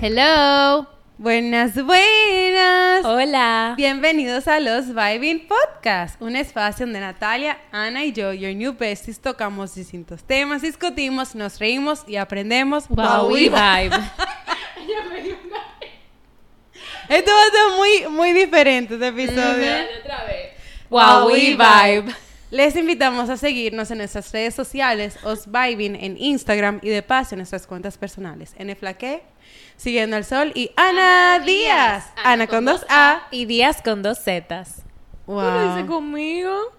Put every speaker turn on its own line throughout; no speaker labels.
Hello.
Buenas, buenas.
Hola.
Bienvenidos a los Vibing Podcast, un espacio donde Natalia, Ana y yo, your new besties, tocamos distintos temas, discutimos, nos reímos y aprendemos.
Wow, we vibe.
Esto va a ser muy, muy diferente este episodio.
Wow, we vibe.
Les invitamos a seguirnos en nuestras redes sociales, Osvibing en Instagram y de paso en nuestras cuentas personales, Nflaque, Siguiendo al Sol y Ana, Díaz, Ana, con dos A.
Y días con dos zetas.
Ah.
Wow.
conmigo?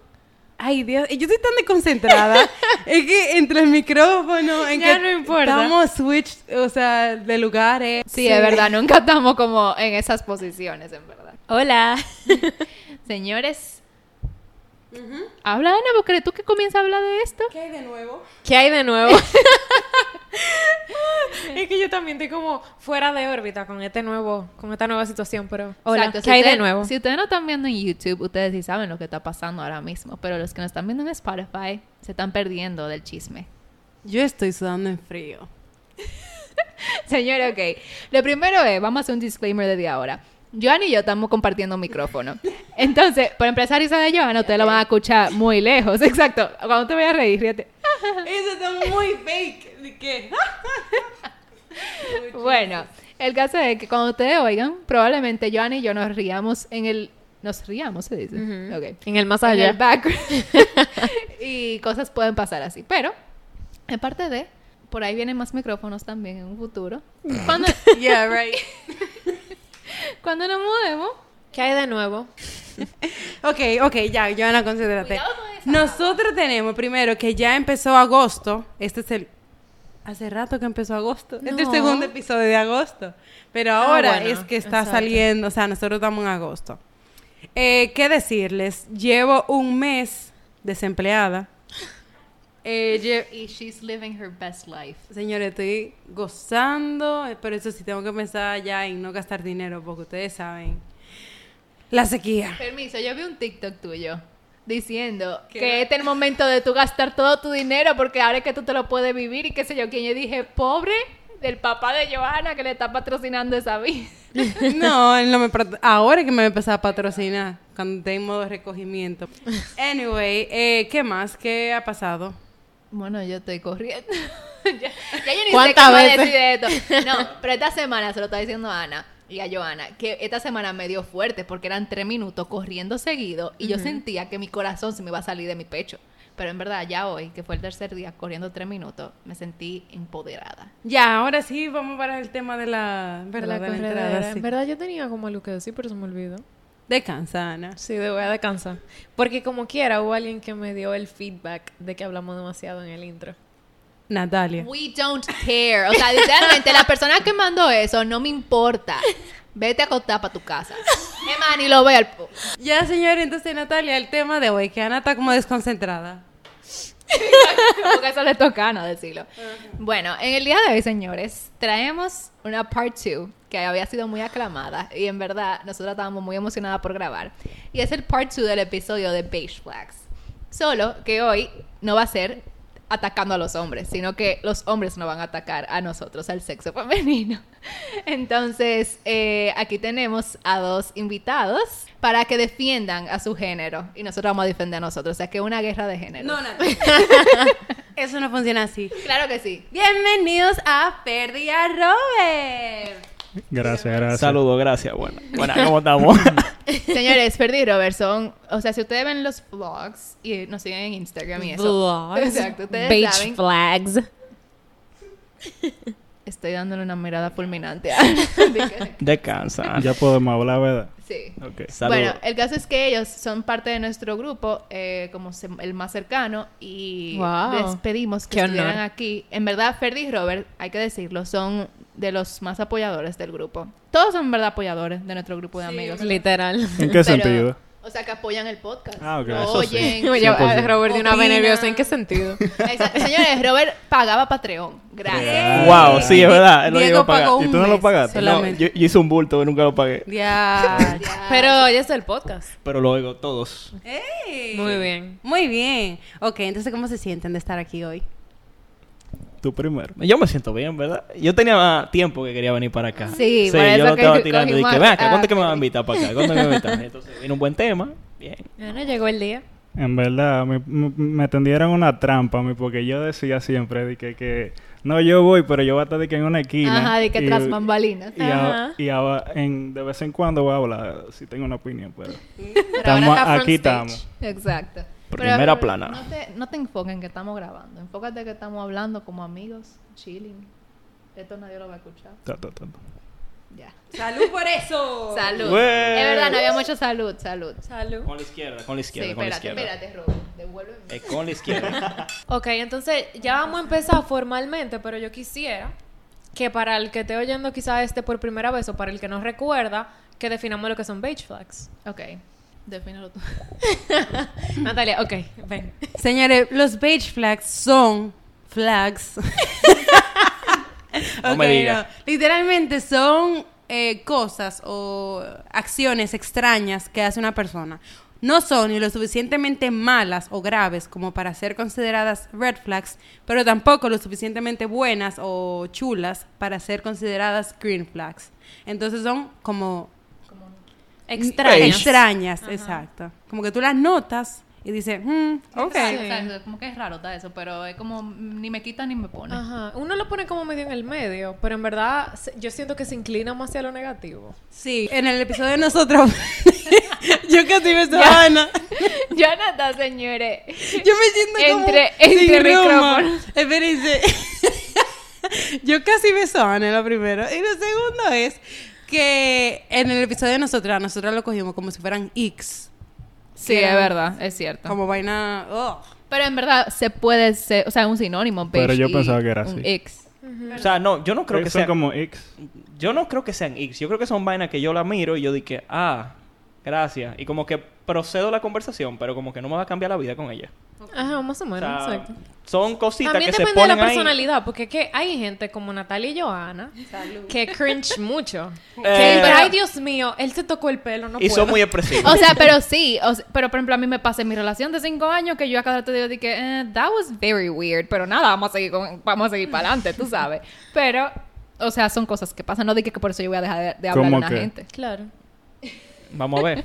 Ay, Dios, yo estoy tan desconcentrada. es que entre el micrófono, en
Ya
que
no importa.
estamos switch, o sea, de lugares.
Sí, de verdad, nunca estamos como en esas posiciones, en verdad.
Hola.
Señores, habla Ana, porque eres tú que comienza a hablar de esto.
¿Qué hay de nuevo?
¿Qué hay de nuevo? es que yo también estoy como fuera de órbita con este nuevo, con esta nueva situación, pero hola,
Exacto,
¿qué
si
hay de
ustedes-
nuevo?
Si ustedes no están viendo en YouTube, ustedes sí saben lo que está pasando ahora mismo, pero los que nos están viendo en Spotify se están perdiendo del chisme.
Yo estoy sudando en frío.
Señores, ok. Lo primero es, vamos a hacer un disclaimer desde ahora. Joan y yo estamos compartiendo un micrófono. Entonces, por empezar, Isa de Joan, ustedes lo van a escuchar muy lejos. Exacto. Cuando te vayas a reír, ríete.
Eso está muy fake. ¿De qué?
Bueno, el caso es que cuando ustedes oigan, probablemente Joan y yo nos riamos en el... Nos riamos, se dice. Ok.
En el más
En el
allá.
background. y cosas pueden pasar así. Pero, aparte de, por ahí vienen más micrófonos también en un futuro. Cuando,
Yeah, right.
cuando nos mudemos...
¿Qué hay de nuevo?
Ok, ok, ya, Joana, concéntrate.
Cuidado con esa
Nosotros tenemos primero que ya empezó agosto. Este es el. Hace rato que empezó agosto. Este es el
No. Ah,
segundo episodio de agosto. Pero ahora
bueno,
es que está
exacto.
saliendo. O sea, nosotros estamos en agosto. Eh, ¿Qué decirles? Llevo un mes desempleada. Eh, lle-
Y she's living her best life.
Señores, estoy gozando, eh, pero eso sí tengo que pensar ya en no gastar dinero, porque ustedes saben. La sequía.
Permiso, yo vi un TikTok tuyo diciendo
¿Qué?
que este es el momento de tú gastar todo tu dinero porque ahora es que tú te lo puedes vivir y qué sé yo. Quien yo dije, pobre del papá de Johanna que le está patrocinando esa vida.
No, él no me pat- ahora es que me va a empezar a patrocinar, cuando esté en modo recogimiento. Anyway, eh, ¿qué más? ¿Qué ha pasado?
Bueno, yo estoy corriendo. ya, ya yo ni sé
¿Cuántas
cómo
veces?
decir de esto. No, pero esta semana se lo está diciendo a Ana y a Joana que esta semana me dio fuerte porque eran tres minutos corriendo seguido y yo sentía que mi corazón se me iba a salir de mi pecho. Pero en verdad, ya hoy, que fue el tercer día corriendo tres minutos, me sentí empoderada.
Ya, ahora sí, vamos para el tema de la... ¿Verdad?
la
De la
corredera.
entrada, sí.
En verdad yo tenía como algo que decir, pero se me olvidó.
Descansa, Ana.
Sí, de voy a descansar. Porque como quiera, hubo alguien que me dio el feedback de que hablamos demasiado en el intro.
Natalia.
We don't care. O sea, literalmente, la persona que mandó eso no me importa. Vete a acostar para tu casa. Es más, ni lo veo al... po-
Ya, señores, entonces, Natalia, el tema de hoy, que Ana está como desconcentrada.
Porque eso le toca no decirlo. Bueno, en el día de hoy, señores, traemos una part 2 que había sido muy aclamada y en verdad nosotros estábamos muy emocionadas por grabar. Y es el part 2 del episodio de Beige Flags. Solo que hoy no va a ser atacando a los hombres, sino que los hombres no van a atacar a nosotros, al sexo femenino. Entonces, eh, aquí tenemos a dos invitados para que defiendan a su género y nosotros vamos a defender a nosotros. O sea, que una guerra de género.
No, Natalia. Eso no funciona así.
Claro que sí.
Bienvenidos a Ferdi y a Robert.
Gracias, gracias.
Saludos, gracias. Bueno, bueno, ¿cómo estamos?
Señores, Ferdi y Robert son, o sea, si ustedes ven los vlogs y nos siguen en Instagram y eso.
Vlogs.
Exacto, ustedes
Beige
saben.
flags.
Estoy dándole una mirada fulminante.
Descansa.
Ya podemos hablar, ¿verdad?
sí.
Ok.
Saludos.
Bueno, el caso es que ellos son parte de nuestro grupo, eh, como se- el más cercano, y
Wow.
les pedimos que
Qué honor.
estuvieran aquí. En verdad, Ferdi y Robert, hay que decirlo, son de los más apoyadores del grupo. Todos son, en verdad, apoyadores de nuestro grupo de amigos.
Literal.
¿En qué
Pero,
sentido?
O sea, que apoyan el podcast.
Ah, ok,
Lo
eso sí.
oyen.
Yo,
Yo,
ah,
pues,
eh,
Robert, de una vez
Opina.
nervioso, ¿en qué sentido?
Exacto. Señores, Robert pagaba Patreon. Gracias.
Wow, sí, es verdad. él lo
Diego
llegó a pagar.
pagó un
¿Y tú no
mes
lo pagaste? No,
solamente.
yo, yo hice un bulto, nunca lo pagué.
Ya.
pero
Ah,
hoy es el podcast.
Pero lo oigo todos.
¡Ey!
Muy bien.
Muy bien. Ok, entonces, ¿cómo se sienten de estar aquí hoy?
Tú tú primero.
Yo me siento bien, ¿verdad? Yo tenía tiempo que quería venir para acá.
Sí, por
yo
eso
lo
que
estaba
cogimos
tirando. Dije,
a-
ven acá, ¿cuánto
a-
es que me van a invitar para acá? ¿Cuándo me van a invitar? Entonces, vino un buen tema. Bien.
Bueno, llegó el día.
En verdad, me, me- me tendieron una trampa a mí porque yo decía siempre de que, que no, yo voy, pero yo voy a estar de que en una esquina.
Ajá, de que
y-
tras bambalinas.
Y, a-
Ajá.
y a- en- de vez en cuando voy a hablar si tengo una opinión, pero
Pero ahora
estamos,
está front
aquí
stage.
estamos.
Exacto.
Primera plana.
No te, no te enfoques en que estamos grabando. Enfócate que estamos hablando como amigos, chilling. Esto nadie lo va a escuchar.
Ta, ta, ta, ta.
Ya.
¡Salud por eso!
Salud.
Güey.
Es verdad, no había mucho salud. Salud.
Salud.
Con la izquierda, con la
Sí,
izquierda, con la
espérate,
izquierda.
espérate, Robo. Devuélveme.
Eh, con la izquierda.
Ok, entonces ya vamos a empezar formalmente, pero yo quisiera que para el que esté oyendo quizás este por primera vez o para el que no recuerda, que definamos lo que son beige flags.
Ok. Defínelo tú.
Natalia, ok, ven.
Señores, los beige flags son flags.
No me
Ok,
digas.
no. Literalmente son eh, cosas o acciones extrañas que hace una persona. No son ni lo suficientemente malas o graves como para ser consideradas red flags, pero tampoco lo suficientemente buenas o chulas para ser consideradas green flags. Entonces son como
Extrañas.
extrañas, exacto. Como que tú las notas y dices, "Mm, ok.
Sí, exacto. Como que es raro está eso, pero es como mm, ni me quita ni me pone.
Ajá. Uno lo pone como medio en el medio, pero en verdad se- yo siento que se inclina más hacia lo negativo.
Sí, en el episodio de nosotros, yo casi me estaba... Ana.
Ya nada, señores.
Yo me siento
Entre-
como sin
entre
ruma.
micrófonos.
Espérense. Yo casi beso a Ana, lo primero. Y lo segundo es que en el episodio de nosotras, nosotras lo cogimos como si fueran X.
Sí, es verdad, es cierto.
Como vaina... oh.
Pero en verdad se puede ser, o sea, un sinónimo. beige
Pero yo
y
pensaba que era
un
así.
ex.
o sea, no, yo no creo que
son
sea.
como X.
Yo no creo que sean X. Yo creo que son vainas que yo la miro y yo dije, ah, gracias. Y como que procedo la conversación, pero como que no me va a cambiar la vida con ella.
Ajá, más o
O
menos,
sea,
exacto.
son cositas
También
que se
depende de
ponen
la
ahí.
personalidad, porque es que hay gente como Natalia y Joana que cringe mucho. Que
Eh.
dicen, ay, Dios mío, él se tocó el pelo, no
Y
puedo.
son muy expresivos.
O sea, pero sí, o sea, pero por ejemplo, a mí me pasa en mi relación de cinco años que yo a cada rato digo de que eh, that was very weird, pero nada, vamos a seguir con- vamos a seguir para adelante, tú sabes. Pero o sea, son cosas que pasan, no de que, que por eso yo voy a dejar de, de hablar
¿Cómo
a una
que?
gente.
Claro.
Vamos a ver.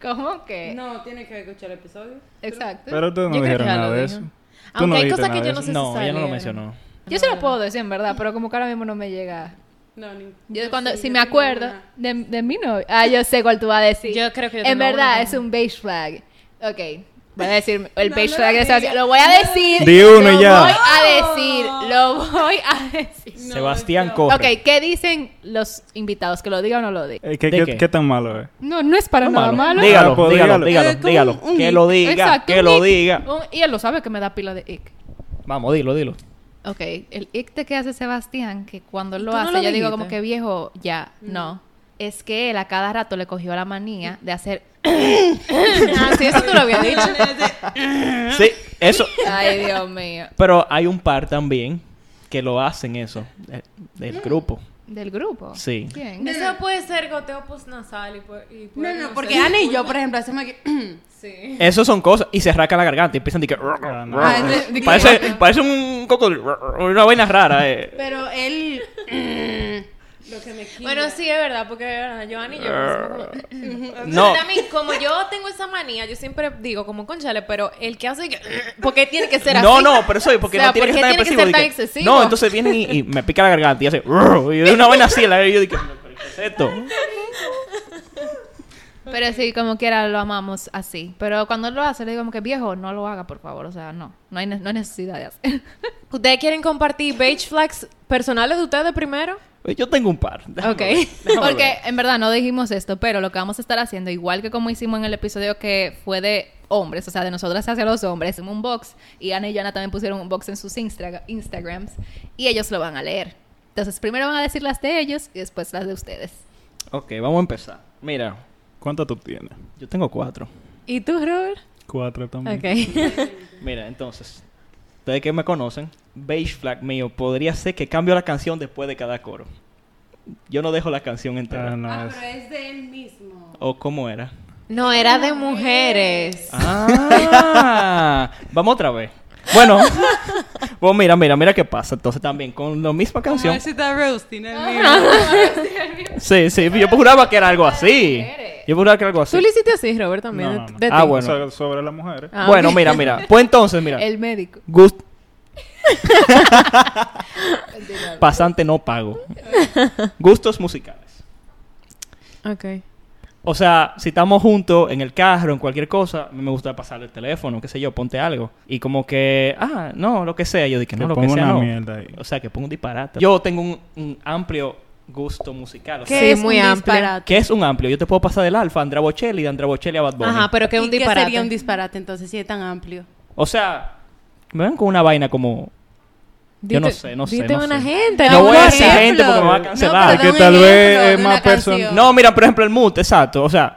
¿Cómo que?
No, tiene que escuchar el episodio.
Exacto.
Pero tú no
creo que
dijeron
ya lo
nada de
dijo.
eso. Tú
Aunque
no
hay
dijiste
cosas
nada
que
de
yo no
eso.
sé
No, ella no lo
salieron.
mencionó.
Yo se lo puedo decir en verdad, pero como que ahora mismo no me llega.
No, ni...
Yo
no
cuando
sé,
si
yo
me
tengo
acuerdo
una-
de, de mi novio. Ah, yo sé cuál tú vas a decir.
Yo creo que yo tengo
En verdad
una
es un beige flag. Ok. Voy a decir el
No,
beige
no
flag
lo
de esa-
digas.
Lo voy a decir.
Di uno
lo
y ya.
voy a decir. Lo voy a decir.
Sebastián
yo-
Corre.
Ok, ¿qué dicen los invitados? ¿Que lo diga o no lo diga?
Eh, ¿qué,
¿De
qué-
qué?
qué tan malo es?
No, no es para
No,
nada
malo.
malo.
Ah,
Dígalo,
pues, dígalo.
dígalo, dígalo,
Eh, como
dígalo.
un- un
Que
ic.
lo diga,
Exacto,
que
un
lo
ick.
diga.
Un- y él lo sabe que me da pila de ick.
Vamos, dilo, dilo.
Ok, el icte que hace Sebastián, que cuando él lo
tú no
hace,
lo
yo digo
dijiste?
como que viejo, ya, no. Es que él a cada rato le cogió la manía de hacer.
Ah, sí, eso tú lo habías dicho.
Sí, eso.
Ay, Dios mío.
Pero hay un par también que lo hacen eso. de- Del grupo.
¿Del grupo?
Sí.
¿Quién?
Eso puede ser goteo postnasal y, pu- y
No,
puede
no,
ser-
porque Ana y yo, por ejemplo, hacemos aquí...
Sí.
Eso son cosas. Y se rasca la garganta y empiezan a que.
no.
Ah, ese- di que-
Parece, parece un cocodrilo. Una vaina rara, eh.
Pero él... lo que me quita.
Bueno, sí, es verdad, porque es verdad, Joana y yo. somos como-
No.
Pero a mí, como yo tengo esa manía, yo siempre digo como conchale, pero el que hace que... ¿Por qué tiene que ser así?
No, no, pero eso es porque
O sea,
no tiene
¿por
que
qué
ser
tiene
tan
que
expresivo.
ser tan
Dije,
excesivo?
No, entonces vienen y, y me pica la garganta y hace. "Rrr", Y de una vaina así en la aire, yo dije, "Pero, ¿qué es esto?
Pero sí, como quiera lo amamos así. Pero cuando él lo hace, le digo como que viejo, no lo haga, por favor. O sea, no. No hay, ne- no hay necesidad de hacer.
¿Ustedes quieren compartir beige flags personales de ustedes primero?
Yo tengo un par. Déjame
Ok.
ver, déjame
Porque
ver.
en verdad no dijimos esto, pero lo que vamos a estar haciendo, igual que como hicimos en el episodio que fue de hombres, o sea, de nosotras hacia los hombres, hicimos un box y Ana y Joana también pusieron un box en sus Instra- Instagrams y ellos lo van a leer. Entonces, primero van a decir las de ellos y después las de ustedes.
Ok, vamos a empezar. Mira,
¿Cuánto tú tienes?
yo tengo cuatro.
¿Y tú, Robert?
Cuatro también.
Ok.
Mira, entonces, ustedes que me conocen, beige flag mío podría ser que cambio la canción después de cada coro. Yo no dejo la canción
Ah,
entera.
no,
Ah,
es-
pero es de él mismo.
¿O cómo era?
No, era de mujeres.
Ah, vamos otra vez. Bueno, pues mira, mira, mira qué pasa. Entonces también con la misma canción.
Como si está roasting el mío.
Sí, sí, yo juraba que era algo así. Yo juraba que era algo así.
Tú le hiciste así, Robert, también. de-
No, no, no.
de
Ah,
ti.
bueno.
So- sobre las mujeres.
Ah,
Bueno, mira, mira. Pues entonces, mira.
El médico.
Gust- Pasante no pago. Gustos musicales.
Ok.
O sea, si estamos juntos en el carro, en cualquier cosa, a mí me gusta pasar el teléfono, qué sé yo, ponte algo. Y como que, ah, no, lo que sea. Yo dije,
Que
no, lo que
pongo
sea.
una
no.
mierda ahí.
O sea, que pongo un disparate. Yo tengo un, un amplio gusto musical. O sea,
Que
Sí,
es
muy
un
amplio.
disparate.
¿Qué es un amplio? Yo te puedo pasar del alfa a Andra Bocelli, de Andra Bocelli a Bad Bunny.
Ajá, pero que es
¿Y
un
qué
disparate.
sería un disparate entonces si es tan amplio?
O sea, me ven con una vaina como... Yo no
Dite-
sé, no sé,
Dite
no
una
sé.
gente.
No
algo
voy a
así.
decir gente porque me va a cancelar.
pero
Que
da un
tal vez
ejemplo
es
de
más
una
person-
canción.
No, mira, por ejemplo, el mute, exacto. O sea,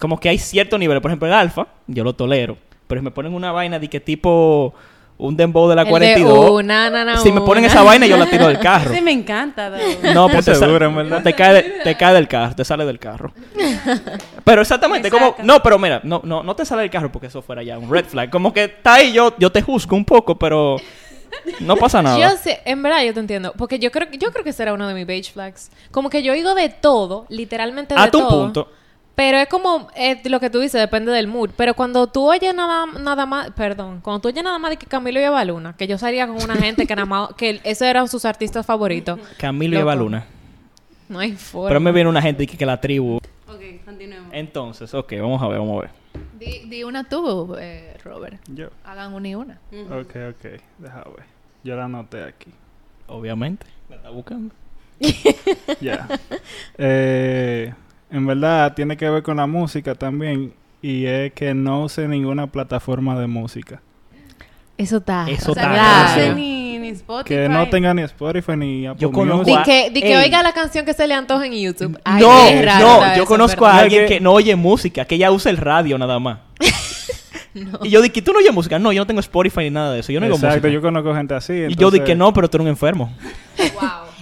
como que hay cierto nivel. Por ejemplo, el alfa, yo lo tolero. Pero si me ponen una vaina de que tipo un dembow de la
El de
42.
una, na, na,
si me ponen
una.
esa vaina, yo la tiro del carro.
Ese me encanta, Dao.
No, pues
Ese
te, sal-
dura, en verdad.
te cae, de- te cae del carro, te sale del carro. Pero exactamente, como. No, pero mira, no, no, no te sale del carro porque eso fuera ya un red flag. Como que está ahí, yo, yo te juzgo un poco, pero no pasa nada.
Yo sé, en verdad yo te entiendo, porque yo creo, yo creo que será uno de mis beige flags. Como que yo oigo de todo, literalmente de
A tu
todo.
punto.
Pero es como eh, lo que tú dices, depende del mood. Pero cuando tú oyes nada, nada más, perdón, cuando tú oyes nada más de que Camilo y Eva Luna, que yo salía con una gente que nada más, que esos eran sus artistas favoritos.
Camilo y
Loco.
Baluna.
No hay forma.
Pero me viene una gente que, que la tribu.
Ok, continuemos.
Entonces, ok, vamos a ver, vamos a ver.
Di, di una tú, eh, Robert.
Yo.
Hagan una y una.
Ok, ok. Deja ver. Yo la anoté aquí.
Obviamente. La está buscando.
Ya. Eh, en verdad, tiene que ver con la música también. Y es que no use ninguna plataforma de música.
Eso está.
Eso
O sea, que
Claro.
no sé
Claro.
ni, ni Spotify.
Que no tenga ni Spotify ni Apple
Yo conozco
Music.
Di que, di que
Ey.
oiga la canción que se le antoje en YouTube. Ay,
no,
qué raro
no,
está
yo
eso,
conozco
¿verdad?
a
¿verdad?
alguien
Yo que-
que no oye música, que ella usa el radio nada más. Y yo dije, ¿tú no oyes música? No, yo no tengo Spotify ni nada de eso. Yo no oigo
Exacto,
música.
yo conozco gente así.
Y yo dije
entonces-
que no, pero tú eres un enfermo.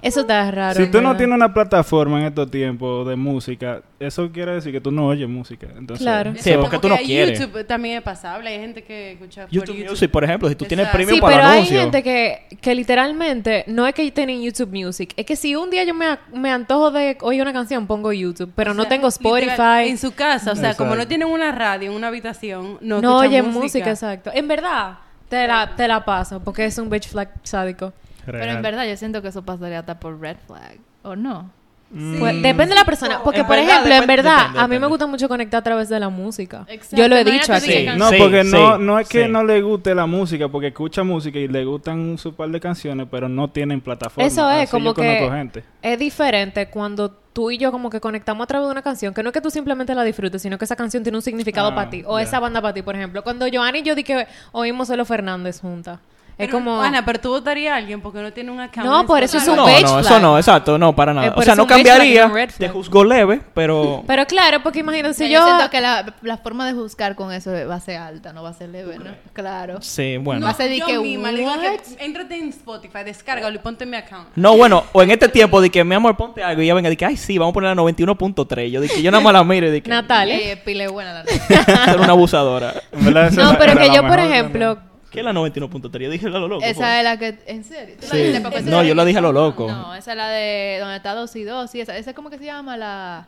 Eso está raro.
Si
en
tú no
verdad.
tienes una plataforma en estos tiempos de música, eso quiere decir que tú no oyes música. Entonces,
Claro.
Sí, porque tú no quieres.
YouTube también es pasable. Hay gente que escucha por
YouTube Music, por ejemplo, si tú tienes
Exacto.
premium
sí,
para
pero hay
anuncios.
gente que, que literalmente no es que tienen YouTube Music, es que si un día yo me, me antojo de oír una canción, pongo YouTube, pero
O
no
sea,
tengo
literal,
Spotify,
En su casa, o sea, como no
Exacto.
tienen una radio en una habitación, no,
no,
escuchan
oye
música.
música. exacto. En verdad, te la, te la paso, porque es un bitch flag sádico.
Real.
Pero en verdad yo siento que eso pasaría hasta por red flag. ¿O no?
Mm.
Pues, depende de la persona, porque
En
por
verdad,
ejemplo, en
depende-
verdad, a
depende,
mí
depende.
me gusta mucho conectar a través de la música.
Exacto,
Yo lo he
imagínate
dicho
que
así.
can-
No,
Sí,
porque no,
sí,
no es que
sí.
no le guste la música, porque escucha música y le gustan su par de canciones, pero no tienen plataforma.
Eso es,
Así
como
yo conozco
que
gente.
es diferente cuando tú y yo como que conectamos a través de una canción, que no es que tú simplemente la disfrutes, sino que esa canción tiene un significado
Ah,
para ti, o
ya.
esa banda para ti, por ejemplo. Cuando Joanny y yo di que oímos Solo Fernández juntas. Es
Pero,
como...
Ana, pero tú votarías a alguien porque no tiene una account
No,
en
por eso es
Spotify.
un
No,
beige
no, eso
flag.
no, exacto, no, para
Eh,
nada.
por
O sea,
eso
no
un beige flag
cambiaría.
y un red
Te
flag.
juzgo leve, pero...
Pero claro, porque imagínate, si
yo,
yo...
siento que la, la forma de juzgar con eso va a ser alta, no va a ser leve, ¿no? Claro.
Sí, bueno.
No. Hace de
yo
que,
misma le digo
"What?"
que entrate en Spotify, descárgalo y ponte en mi account.
No, bueno, o en este tiempo de que mi amor ponte algo y ella venga de que ay sí, vamos a poner la 91.3. Yo dije, yo nada más la miro y dije,
Natalia.
Eh, pile buena la neta.
ser una abusadora.
En verdad, esa
No,
era-
pero
era
que
la
yo, por
mejor
ejemplo...
¿Qué es la 91.3? Yo dije, a lo loco.
Esa es la que... ¿En serio? ¿Tú la
Sí.
dijiste para poner?
No, yo la dije a lo loco.
No, esa es la de donde está 2 y 2. Sí, esa, esa ¿cómo que se llama la...?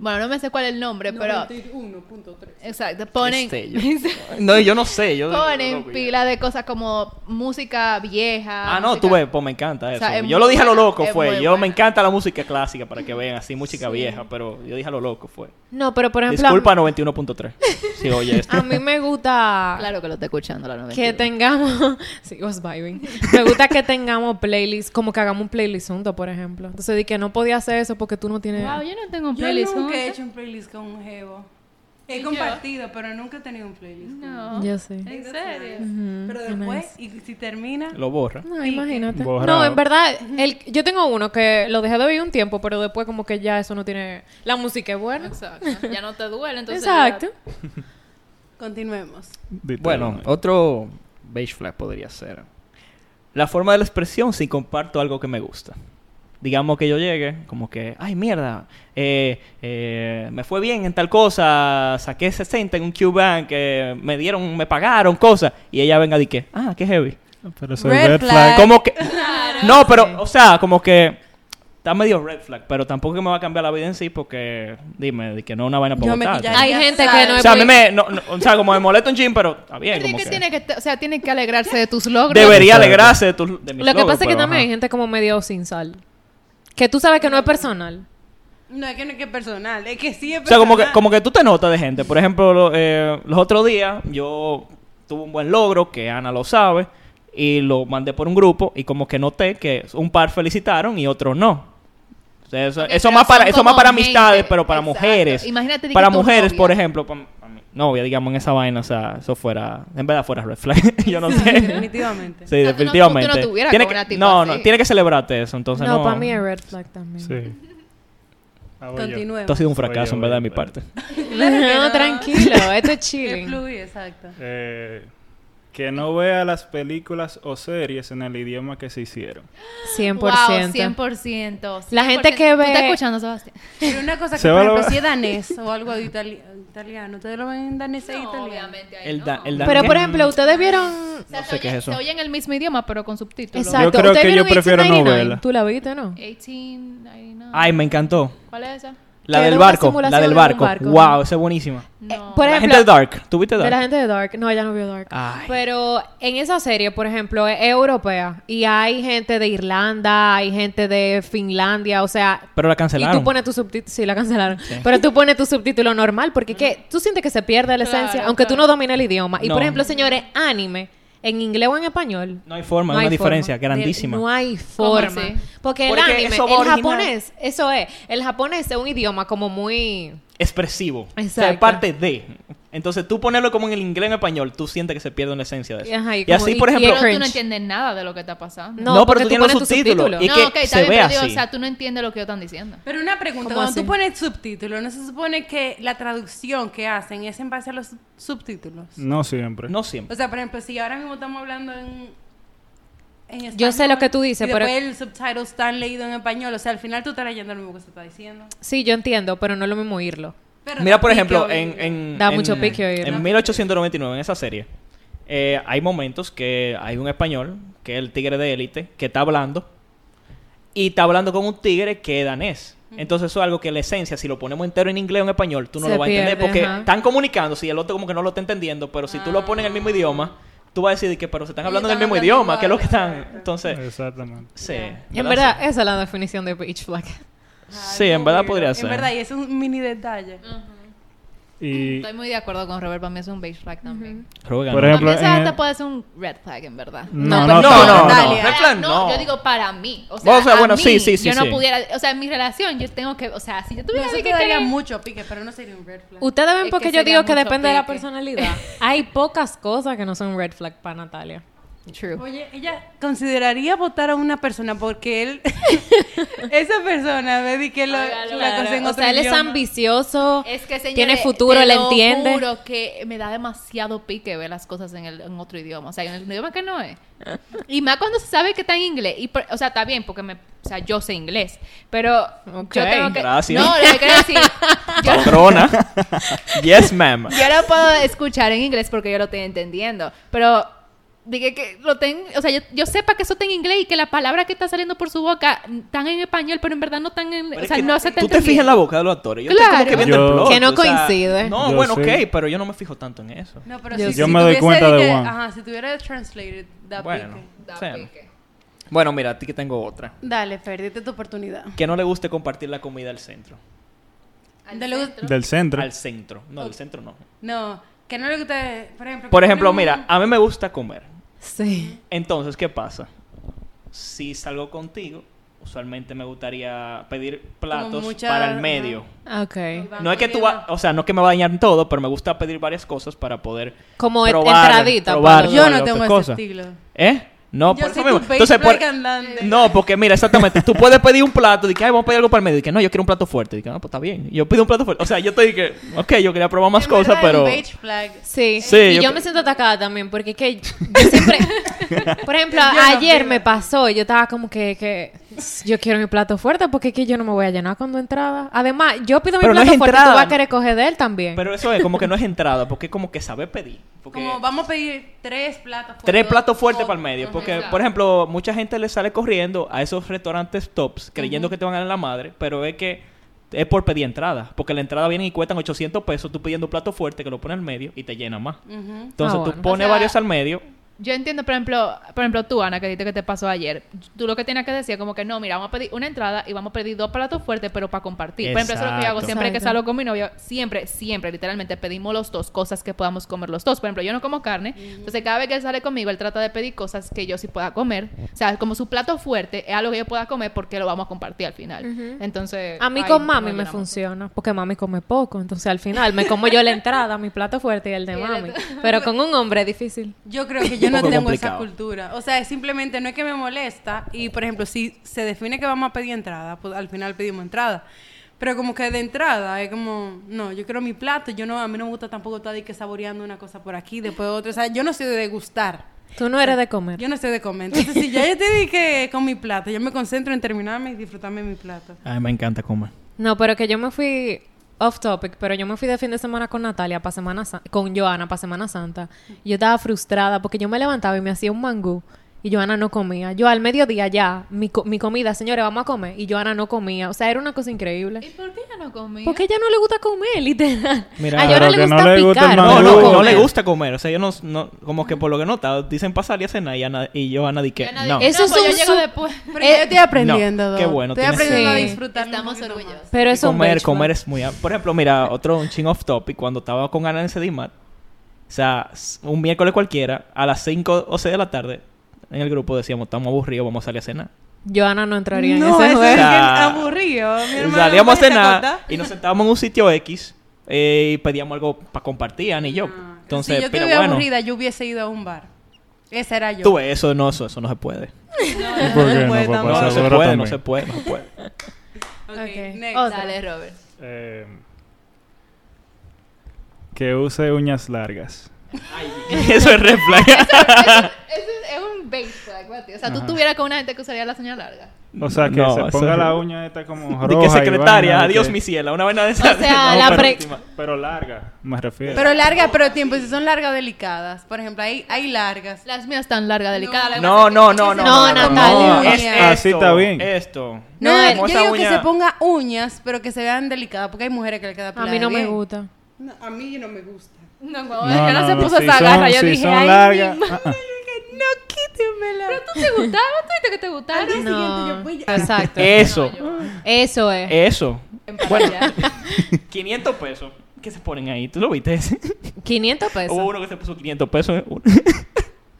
Bueno, no me sé cuál es el nombre, Eh, pero...
91.3.
Exacto. Ponen...
Estello. No, Este, yo no sé. Yo
Ponen pila de cosas como música vieja.
Ah, no,
música-
tú ves, pues me encanta eso.
sea, es
yo
muy
lo dije a lo
buena,
loco,
es
fue.
muy
Yo me
buena.
encanta la música clásica para que vean así, música vieja, pero yo dije a lo loco, fue.
No, pero por ejemplo... a-
Disculpa 91.3. Si oye esto.
A mí me gusta...
Claro que lo está escuchando la novela.
Que tengamos, sí, was vibing. Me gusta que tengamos playlists, como que hagamos un playlist juntos, por ejemplo. Entonces di que no podía hacer eso porque tú no tienes.
Wow, yo no tengo un
Yo
playlist.
nunca he
junto.
hecho un playlist con un jevo. He compartido, pero nunca he tenido un playlist. con un
No.
Yo sé.
jevo. ¿En serio? Pero después, y si termina,
Lo borra.
No, imagínate.
Borrado.
No, en verdad, el, yo tengo uno que lo dejé de oír un tiempo, pero después como que ya eso no tiene... La música es buena.
Exacto. Ya no te duele, entonces.
Exacto.
continuemos.
Dite,
Bueno, otro beige flag podría ser. La forma de la expresión si comparto algo que me gusta. digamos que yo llegue, como que, ay, mierda, eh, eh, me fue bien en tal cosa, saqué 60 en un Q-Bank, eh, me dieron, me pagaron cosas, y ella venga de que, ah, qué heavy.
Pero soy
Red
red,
flag.
flag.
Como que. no, pero, o sea, como que. Está medio red flag, pero tampoco es que me va a cambiar la vida en sí porque, dime, de que no es una vaina para
Yo me
votar.
quillaría.
Hay
Ya
gente
sabes.
que no
O
es
sea, a mí
muy-
me. no- no, o sea, como me molesta un gym, pero está bien.
Pero es
Como
que
que
tiene que, te- o sea, tiene que alegrarse de tus logros.
debería alegrarse de, tus, de mis
Lo que
logros,
pasa es que
pero,
también hay
ajá.
gente como medio sin sal. Que tú sabes que no es personal.
No, es que no es que es personal, es que sí es
O
personal.
sea, como que, como que tú te notas de gente. Por ejemplo, lo- eh, los otros días yo tuve un buen logro, que Ana lo sabe, y lo mandé por un grupo y como que noté que un par felicitaron y otros no. O sea, eso
Ok,
eso
pero
más para
son
eso más
como
para
gente.
amistades, pero para
Exacto.
mujeres.
Imagínate que
para
tu
mujeres,
novia-
por ejemplo, para, mi novia, digamos, en esa vaina, o sea, eso fuera, en verdad fuera red flag. yo no sé.
Definitivamente.
Sí,
tú no- tú no
definitivamente.
tuvieras
Tiene
con
que-
una tipa
no,
así.
no, tiene que celebrarte eso, entonces no.
no, para mí es red flag también.
Sí. Ah, voy yo.
Continuemos.
Esto ha sido un
Oye,
fracaso,
oye,
en verdad, de mi
oye.
parte.
No, tranquilo, esto es
Que
chilling.
fluye, exacto.
Eh, que no vea las películas o series en el idioma que se hicieron.
100%.
Wow, 100%.
La gente que
100%. ¿Tú
ve-
estás escuchando, Sebastián?
Pero una cosa que,
Se
por
va a
ejemplo,
lograr.
si es danés o algo de itali- italiano, ¿ustedes lo ven en danés e italiano?
ahí
El da- el da-
Pero, por
¿Qué?
ejemplo, ustedes vieron...
O sea,
No
se
sé qué
oye-
es eso.
Se oye en el mismo idioma, pero con subtítulos.
Exacto.
creo
¿ustedes
que yo
vieron
prefiero
1899?
novela.
¿Tú la viste,
Eh,
no?
1899.
Ah. Ay, me encantó.
¿Cuál es esa?
La
Que
del
era una
barco, la
simulación
del
de un
barco.
barco,
Wow,
¿no?
esa es buenísima.
No.
Eh, por
La
ejemplo,
gente de Dark, ¿tuviste
De la
Dark?
gente de Dark. No, ella no vio Dark.
Ay.
Pero en esa serie, por ejemplo, es europea. Y hay gente de Irlanda, hay gente de Finlandia, o sea...
Pero la
Y
cancelaron.
tú pones tu subtítulo... Sí, la cancelaron. Pero tú pones tu subtítulo normal porque ¿qué? tú sientes que se pierde la esencia,
Claro,
aunque tú
claro.
no domines el idioma. Y,
No.
por ejemplo, señores, anime, en inglés o en español...
No hay forma,
No
hay
hay
una diferencia
forma.
grandísima.
De- No hay
¿Cómo
forma.
así?
Porque el
Porque
anime, el
eso va original.
japonés, eso es. El japonés es un idioma como muy...
Expresivo. O sea, es
Exacto.
parte de. Entonces, tú ponerlo como en el inglés en español, tú sientes que se pierde una esencia de eso.
Ajá, y
y
como-
así,
y-
por
y
ejemplo,
Pero
el
tú no
cringe.
entiendes nada de lo que está pasando.
No, pero
porque
tú tienes los
pones tu
subtítulos.
subtítulo.
Y que
no, ok, está bien,
se ve
pero digo,
así.
o sea, tú no entiendes lo que ellos están diciendo.
Pero una pregunta,
¿Cómo
cuando tú
así?
pones subtítulos, ¿no se supone que la traducción que hacen es en base a los sub- subtítulos?
No siempre.
no siempre.
O sea, por ejemplo, si ahora mismo estamos hablando en... en
Yo sé lo que tú dices,
y
pero-
después el subtitle está leído en español, o sea, al final tú estás leyendo lo mismo que se está diciendo.
Sí, yo entiendo, pero no es lo mismo oírlo.
Pero
Mira,
da
por
pique
ejemplo,
oírlo.
en, en,
Da
en-
mucho pique oírlo.
en 1899, en esa serie, eh, hay momentos que hay un español, que es el tigre de élite, que está hablando, y está hablando con un tigre que es danés. Entonces eso es algo que la esencia, si lo ponemos entero en inglés o en español, tú no
Se
lo vas a entender
pierde,
porque
ajá.
están comunicándose y el otro como que no lo está entendiendo, pero si tú lo pones en el mismo idioma, tú vas a decir de que pero se están
Ellos
hablando en el
Ah. están
mismo
hablando
idioma, que es lo que
igual,
están... Entonces,
Exactamente.
sí.
en verdad, esa es la definición de beach flag.
Sí, Sí, en verdad podría ser.
Ah, En verdad, y eso es un mini detalle.
Y,
Estoy muy de acuerdo con Robert, para mí es un beige flag también.
Ruega,
por
¿no?
ejemplo,
para mí eso
en-
hasta puede ser un red flag, en verdad.
no, no,
No, no,
no,
no,
no.
Red flag, no.
Yo digo para mí. O sea,
O sea,
a
bueno,
mí,
sí, sí, sí,
Yo no
sí.
pudiera, o sea, en mi relación, yo tengo que, o sea, si yo
No,
tuviera
eso
que
te daría
querer-
mucho pique, pero no sería un red flag.
Ustedes ven
Es
porque
que
yo
sería
digo que
mucho
depende de la
pique.
personalidad. Hay pocas cosas que no son red flag para Natalia.
True.
Oye, ella consideraría votar a una persona porque él, esa persona, baby, que lo,
Oiga,
la
claro.
cosa en
O
otro
sea, él es
idioma.
ambicioso,
Es que señores,
tiene futuro,
te
le
lo
entiende.
juro que me da demasiado pique ver las cosas en, el, en otro idioma, o sea, en el idioma que no es. Y más cuando se sabe que está en inglés, y por- o sea, está bien porque me, o sea, yo sé inglés, pero
Ok,
yo tengo que
gracias.
No, lo que quiero decir, yo,
Patrona. yes, ma'am.
yo lo puedo escuchar en inglés porque yo lo estoy entendiendo, pero dije que lo ten, o sea, yo, yo sepa que eso está en inglés y que la palabra que está saliendo por su boca están en español, pero en verdad no están en, o sea, no se está
Tú te fijas en
entendiendo.
la boca de los actores. Yo
Claro.
estoy como que viendo
Yo-
el plot.
Que no
o sea,
coincide.
no,
Yo
bueno,
sé.
ok, pero yo no me fijo tanto en eso.
No, pero
Yo
si,
sí.
si
Yo me doy
tuviese
cuenta de
que-
one.
Ajá, si tuviera translated, da
Bueno,
pique.
o
Da
sea,
pique.
bueno, mira, a ti que tengo otra.
Dale, perdiste tu oportunidad.
Que no le guste compartir la comida al centro.
Al
De lo-
centro.
del centro.
Al centro. No, al centro no.
No, que no le guste, por ejemplo.
Por
que
ejemplo,
ponen un-
mira, a mí me gusta comer.
Sí.
Entonces, ¿qué pasa? Si salgo contigo, usualmente me gustaría pedir platos
mucha-
para el medio.
Ok.
No es que tú va- o sea, no que me vayan todo, pero me gusta pedir varias cosas para poder
Como et-
probar,
entradita,
probar,
Pablo.
Yo
probar
no
otra
tengo ese
cosa.
estilo.
¿Eh? No,
Yo
por
soy
eso
tu
mismo.
base
Entonces, por-
break andante.
No, porque mira, exactamente. Tú puedes pedir un plato. Dije, ay, vamos a pedir algo para el medio. Dije, no, yo quiero un plato fuerte. Dije, no, pues está bien. Yo pido un plato fuerte. O sea, yo te dije, ok, yo quería probar más
En
cosas,
verdad,
pero.
el beige flag.
Sí.
Sí,
y
yo
yo,
cre-
me siento atacada también, porque es que yo siempre. Por ejemplo,
Yo no
ayer
pido.
me pasó, yo estaba como que, que Yo quiero mi plato fuerte porque es que yo no me voy a llenar con dos entradas. Además, yo pido mi
Pero no
plato
es
fuerte
entrada.
tú vas a querer coger de él también.
Pero eso es como que no es entrada, porque es como que sabe pedir. Porque
Como vamos a pedir tres platos fuertes.
tres platos fuertes
O-
para el medio.
Ujú.
Porque, por ejemplo, mucha gente le sale corriendo a esos restaurantes tops creyendo que te van a dar la madre, pero es que es por pedir entrada. Porque la entrada viene y cuestan 800 pesos, tú pidiendo un plato fuerte que lo pones al medio y te llena más.
Ujú.
Entonces
Ah,
tú
bueno.
pones
O sea,
varios al medio.
Yo entiendo, por ejemplo, por ejemplo, tú, Ana, que dijiste que te pasó ayer. Tú lo que tenías que decir es como que no, mira, vamos a pedir una entrada y vamos a pedir dos platos fuertes, pero para compartir. Por ejemplo, eso es lo que yo hago
Exacto.
siempre que
Exacto.
salgo con mi novio. Siempre, siempre, literalmente, pedimos los dos cosas que podamos comer los dos. Por ejemplo, yo no como
Mm.
carne, entonces cada vez que él sale conmigo, él trata de pedir cosas que yo sí pueda comer. O sea, como su plato fuerte es algo que yo pueda comer porque lo vamos a compartir al final. Entonces.
A mí
ahí
con
nos
mami me
llenamos.
funciona, porque mami come poco, entonces al final me como yo la entrada, mi plato fuerte y el de
Y el
mami.
otro.
Pero con un hombre es difícil.
Yo creo que yo no
poco
tengo esa
complicado.
cultura. O sea, es simplemente no es que me molesta. Y por ejemplo, si se define que vamos a pedir entrada, pues al final pedimos entrada. Pero como que de entrada es como, no, yo quiero mi plato. Yo no, a mí no me gusta tampoco estar de que saboreando una cosa por aquí, después otra. O sea, yo no soy de degustar.
Tú no eres de comer.
Yo no soy de comer. Entonces, si ya yo te dije con mi plato, yo me concentro en terminarme y disfrutarme mi plato.
Ay, me encanta comer.
No, pero que yo me fui off topic, pero yo me fui de fin de semana con Natalia para Semana Sa- con Joana para Semana Santa. Y yo estaba frustrada porque yo me levantaba y me hacía un mangú y Joana no comía. Yo al mediodía ya, mi, co- mi comida, señores, vamos a comer y Joana no comía. O sea, era una cosa
¿Y
increíble.
por qué ella no comía?
Porque a ella no le gusta comer, literal.
Mira,
a Joana
pero
le
que no
gusta
le gusta el
picar,
No,
No, no,
no,
no,
comer.
le gusta comer. O sea, yo no, no- como que por lo que nota, dicen para salir a cenar y, Ana- y yo Ana di que
Ya nadie-
no.
No,
Eso es
pues yo
un
llego
su-
después.
Pero ya yo estoy aprendiendo,
Eh, qué
Doc.
bueno,
Estoy
tienes-
aprendiendo a
Sí.
disfrutar. un
Estamos
poquito más.
orgullosos.
Pero eso
comer, comer es muy... a- Por ejemplo, mira, otro un ching off topic. Cuando estaba con Ana en Sedimat, o sea, s- un miércoles cualquiera, a las 5 o 6 de la tarde, en el grupo decíamos, estamos aburridos, vamos a salir a cenar.
Joana no entraría
No,
en ese
eso
juego.
es que es
Ah.
aburrido. Mi hermano,
Salíamos a
¿vaya
cenar
contar?
y nos sentábamos en un sitio X eh, y pedíamos algo para compartir, Ana y
Ah,
yo. Entonces,
si yo
pero
estuviera
bueno,
aburrida, yo hubiese ido a un bar. Esa era yo.
tú ves, eso no, eso, eso no se puede.
¿Por qué
se
Pues
no,
puede
papá?
No,
tampoco.
no se
Seguro
puede, no
también.
se puede, no se puede.
Ok,
Ok.
next.
Otra.
Dale, Robert.
Eh, que use uñas largas.
Eso es red flag.
Eso es- es un bait flag, Mati. O sea, tú
Ajá.
estuvieras con una gente que usaría la señal larga.
O sea, que
No,
se
eso
ponga
es-
la uña esta como roja.
Di que secretaria, adiós mi
mis
ciela, una vaina de esas.
sea,
la
pero-
pre-
Pero larga, me refiero.
Pero larga, pero tiempo. Si son largas, delicadas. Por ejemplo, hay, hay largas.
Las mías tan largas, delicadas. la
No, no, no, no.
No,
Natalia.
Es esto,
Así está bien.
Esto.
No,
No,
yo
como esa
digo que
uña-
se ponga uñas, pero que se vean delicadas. Porque hay mujeres que le queda
A
pelada
mí no
de
me
bien.
gusta.
No, a mí no me gusta.
No, cuando no, se puso
si
esa
son-
garra, yo
si
dije,
son
ay,
largas-
mi madre,
ah, ah.
No, quítemela.
¿tú te gustaba? ¿Tú viste que te gustaba?
No. Exacto.
Eso,
Eso es.
eso.
Bueno.
500 pesos. ¿Qué se ponen ahí? ¿Tú lo viste?
500 pesos.
Hubo uno que se puso 500 pesos. eh, uno.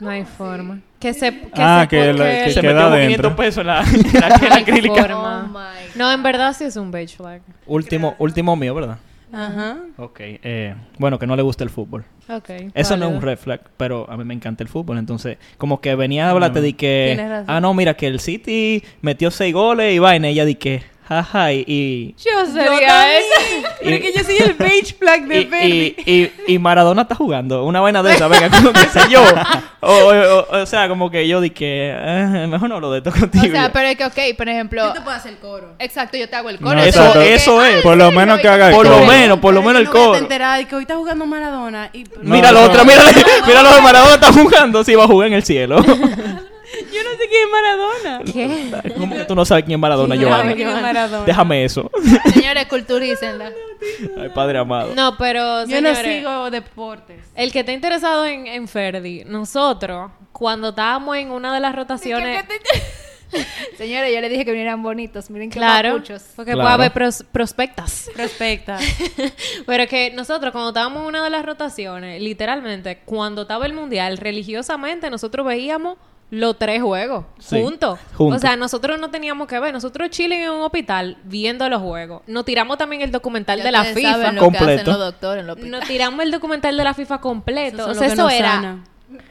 No hay forma. Que se. Que
Ah,
se
que
ponga
la- que
el-
se
queda
metió con
adentro.
500 pesos en la, en la- en la
Ay,
acrílica.
forma.
Oh my God.
no, en verdad sí es un beige flag.
Último, último mío, ¿verdad?
Ajá.
Ok. eh, bueno, que no le gusta el fútbol.
Ok.
Eso no es
válido.
un red flag, pero a mí me encanta el fútbol. Entonces, como que venía a hablarte de que...
Tienes razón.
Ah, no, mira, que el City metió 6 goles y vaina. Y ella di que... Jaja, y- y
Yo sería
también.
eso.
Pero que yo soy el beige flag de
y,
Ferdi.
y- y- y Maradona está jugando una vaina de esa, venga, como que sé yo. O, o- o- o sea, como que yo dije, eh, mejor no lo de esto contigo.
O sea, pero es que, ok, por ejemplo.
Yo te puedo hacer coro.
Exacto, yo te hago el ah,
No,
coro.
eso-
exacto.
eso es.
Por lo menos que haga el
Por lo
coro.
menos, por lo menos el
No voy a
coro.
enterada de que hoy está jugando Maradona. Y...
Mira
No,
lo
no,
otro,
no.
mira, mira lo de Maradona está jugando, sí va a jugar en el cielo.
Yo no sé quién es Maradona.
¿Qué?
como que tú no sabes quién es Maradona,
Yo
Joana?
quién es Maradona.
Déjame eso.
Señores, culturícenla.
Ay, padre amado.
No, pero.
Yo no
señores,
sigo deportes.
El que está interesado en, en Ferdi, nosotros, cuando estábamos en una de las rotaciones.
Señores, yo le dije que vinieran bonitos. Miren qué
Claro,
papuchos.
porque
Claro.
puede haber pros- prospectas.
Respecta.
Pero que nosotros, cuando estábamos en una de las rotaciones, literalmente, cuando estaba el mundial, religiosamente, nosotros veíamos los tres juegos
Sí,
juntos.
juntos.
O sea, nosotros no teníamos que ver. Nosotros chilling en un hospital viendo los juegos. Nos tiramos también el documental de la
Ya ustedes
FIFA.
saben lo que
Completo.
hacen los doctores en los hospitales.
Nos tiramos el documental de la FIFA completo.
Eso
o
es
sea,
lo que
eso
nos
era
sana.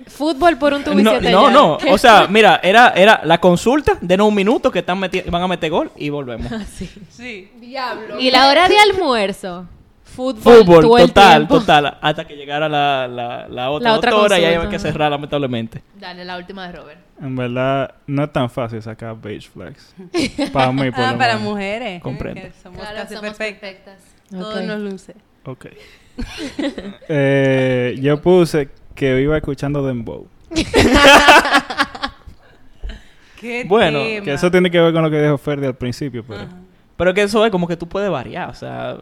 fútbol por un tubo y
No,
siete
no,
llaves.
no. O sea, mira, era, era la consulta, denos un minuto que están meti- van a meter gol y volvemos.
Sí.
Diablo.
Y la hora de almuerzo, fútbol,
Fútbol,
todo el
total,
tiempo.
total. Hasta que llegara la, la, la otra,
La otra
doctora y ahí
consulta,
hay que
ajá.
cerrar, lamentablemente.
Dale, la última de Robert.
En verdad, no es tan fácil sacar beige flags. Para mí, por
Ah,
lo
para
menos.
mujeres.
Comprendo.
Que somos
Claro,
casi
somos
perfectas.
perfectas.
Todo
Ok.
nos luce.
Ok. Eh, yo puse que iba escuchando Dembow.
Qué
Bueno,
tema.
Que eso tiene que ver con lo que dijo Ferdi al principio, pero...
Ajá.
Pero que eso es como que tú puedes variar, o sea,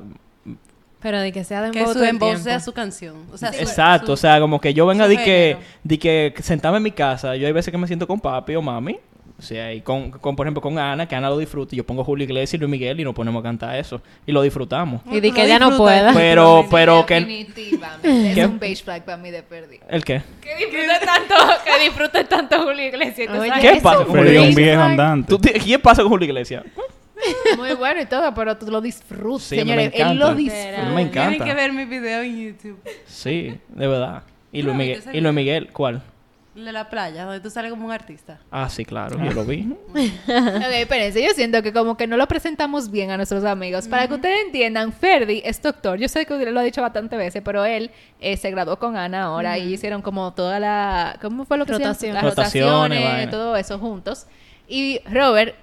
Pero de que sea de
Que su dembow sea
voz
su canción. O sea, su-
exacto,
su-
o sea, como que yo venga
su
de que,
género.
di que sentarme en mi casa, yo hay veces que me siento con papi o mami, o sea, y con, con, por ejemplo con Ana, que Ana lo disfruta, y yo pongo Julio Iglesias y Luis Miguel y nos ponemos a cantar eso, y lo disfrutamos.
Y di
Lo
que ella no
disfruta.
pueda.
Pero, pero que...
Definitivamente.
¿Qué?
Es un page flag para mí de perdido.
¿El qué?
Que disfrute tanto, que disfrute tanto Julio Iglesias. y cosas
Oye,
así.
¿Qué pasa con Julio
Ferdi es un
Iglesias?
viejo andante.
¿Tú te- ¿Qué pasa con Julio Iglesias?
Muy bueno y todo, pero tú lo disfrutas,
Sí, a mí me
señores. Él lo
encanta.
disfruta.
Me
Tienen que
encanta.
ver mi video en YouTube.
Sí, de verdad. Y
¿Tú
Luis
lo
Miguel,
viste ese
y Luis Miguel ¿cuál?
El De la playa, donde tú sales como un artista.
Ah, sí, claro, yo lo vi.
Ok, espérense, yo siento que como que no lo presentamos bien a nuestros amigos. Para que ustedes entiendan, Ferdi es doctor. Yo sé que usted lo ha dicho bastantes veces, pero él eh, se graduó con Ana ahora y hicieron como toda la... ¿Cómo fue lo que se llama?
Rotación.
Las
Rotaciones,
rotaciones,
vaina.
todo eso juntos. Y Robert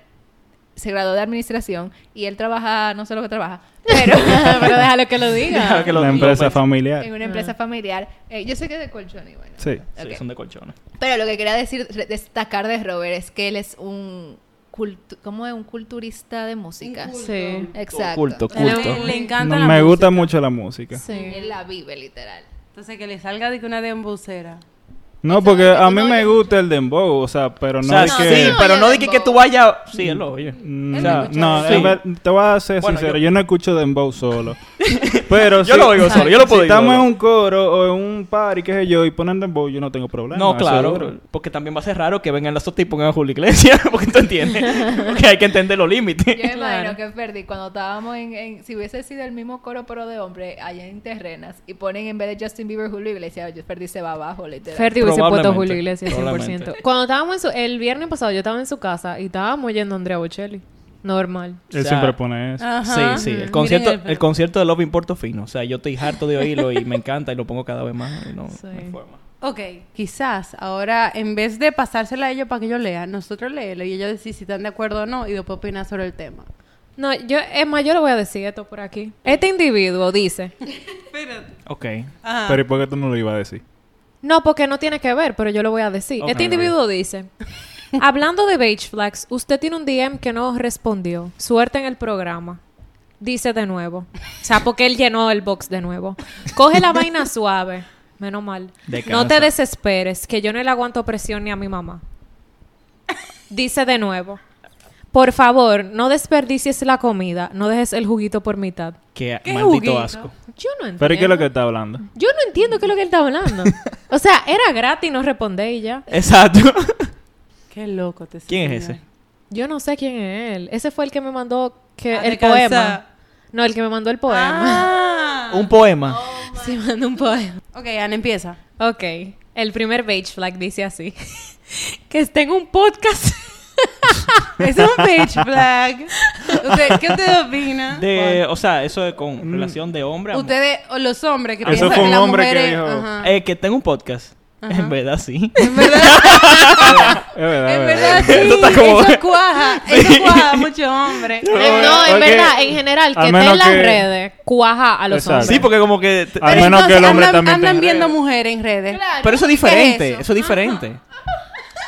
se graduó de administración y él trabaja, no sé lo que trabaja, pero, pero déjalo que lo diga.
Claro que lo-
Una
lo
empresa
pensé.
familiar.
En una empresa familiar. Eh, yo sé que es de colchón y bueno.
Sí.
Sí,
Ok.
son de colchones.
Pero lo que quería decir, re- destacar de Robert es que él es un cultu- ¿cómo es? un culturista de música.
Sí.
Exacto.
Culto,
A él
culto.
Le
No,
encanta
me
la
gusta
música.
mucho la música.
Sí.
Él la vive literal.
Entonces, que le salga de que una dembocera.
No, porque a mí me gusta el dembow, o sea, pero
O
no
sea,
es
no,
que...
sí,
no,
pero
yo
no dije que
tampoco.
tú vayas... Sí, él lo oye.
Mm,
Él no escucha
no,
dembow.
en ver- te voy a ser
Bueno,
sincero,
yo-
yo... no escucho dembow solo. pero
Yo
si-
lo oigo solo, yo lo puedo
si
oír
estamos en
solo.
un coro o en un party, qué sé yo, y ponen dembow, yo no tengo problema.
No, claro,
seguro.
porque también va a ser raro que vengan las otras y pongan a Julio Iglesias, porque tú entiendes, porque hay que entender los límites.
Yo me
Claro.
imagino que Ferdi, cuando estábamos en, en- si hubiese sido el mismo coro pero de hombre, allá en Terrenas, y ponen en vez de Justin Bieber Julio Iglesias, yo- Ferdi se va abajo literal.
Ferdi hubiese puesto
Probablemente,
Julio Iglesias 100%.
probablemente.
Cuando estábamos en su... El viernes pasado yo estaba en su casa y estábamos oyendo a Andrea Bocelli. Normal.
Él
O sea,
siempre pone
Ah.
eso.
Sí, sí, el concierto, el, concierto de Love Importo Fino, o sea, yo estoy harto de oírlo y me encanta y lo pongo cada vez más, y no,
Sí.
no hay forma.
Ok, quizás ahora en vez de pasársela a ellos para que ellos lean, nosotros leerlo y ellos decir si están de acuerdo o no y después opinar sobre el tema.
No, yo... Es más, yo le voy a decir esto por aquí. Este individuo dice...
Ok.
Ah.
Pero ¿y por qué tú no lo ibas a decir?
No, porque no tiene que ver, pero yo lo voy a decir.
Ok,
Este individuo dice, hablando de beige flags, usted tiene un DM que no respondió. Suerte en el programa. Dice de nuevo. O sea, porque él llenó el box de nuevo. Coge la vaina suave. Menos mal.
Descansa.
No te desesperes, que yo no le aguanto presión ni a mi mamá. Dice de nuevo. Por favor, no desperdicies la comida. No dejes el juguito por mitad.
Qué,
¿Qué
maldito
juguito?
asco.
Yo no entiendo.
Pero ¿y qué es lo que está hablando?
Yo no entiendo qué es lo que él está hablando. O sea, era gratis, no respondé y ya.
Exacto.
Qué loco te
¿Quién es ese?
Yo no sé quién es él. Ese fue el que me mandó que
Ah,
el
de Kansas.
poema. No, el que me mandó el poema.
Ah.
Un poema.
Sí, mandó un poema.
Ok, Ana, empieza.
Ok. El primer beige flag dice así. que esté en un podcast.
es un page flag. Usted- ¿Qué usted opina?
De, o sea, eso es con relación de hombre a mujer.
Ustedes, o los hombres que
Eso
piensan
fue
que
un
las
hombre que
mujeres...
dijo.
Ajá.
Eh, que tengo un podcast. En verdad, sí.
En verdad,
Es verdad,
en
es
verdad, sí.
Esto está como-
Eso cuaja. Eso cuaja a muchos hombres.
Eh, no, en
Ok.
verdad, en general, que
Al
esté
menos
en las
que-
redes, cuaja a los
Exacto.
hombres.
Sí, porque como que... te-
Al
Pero
menos que el
entonces
hombre
andan,
también
andan
tenga
viendo
redes.
mujeres en redes.
Pero eso es
¿Qué es
diferente.
eso?
eso? es diferente.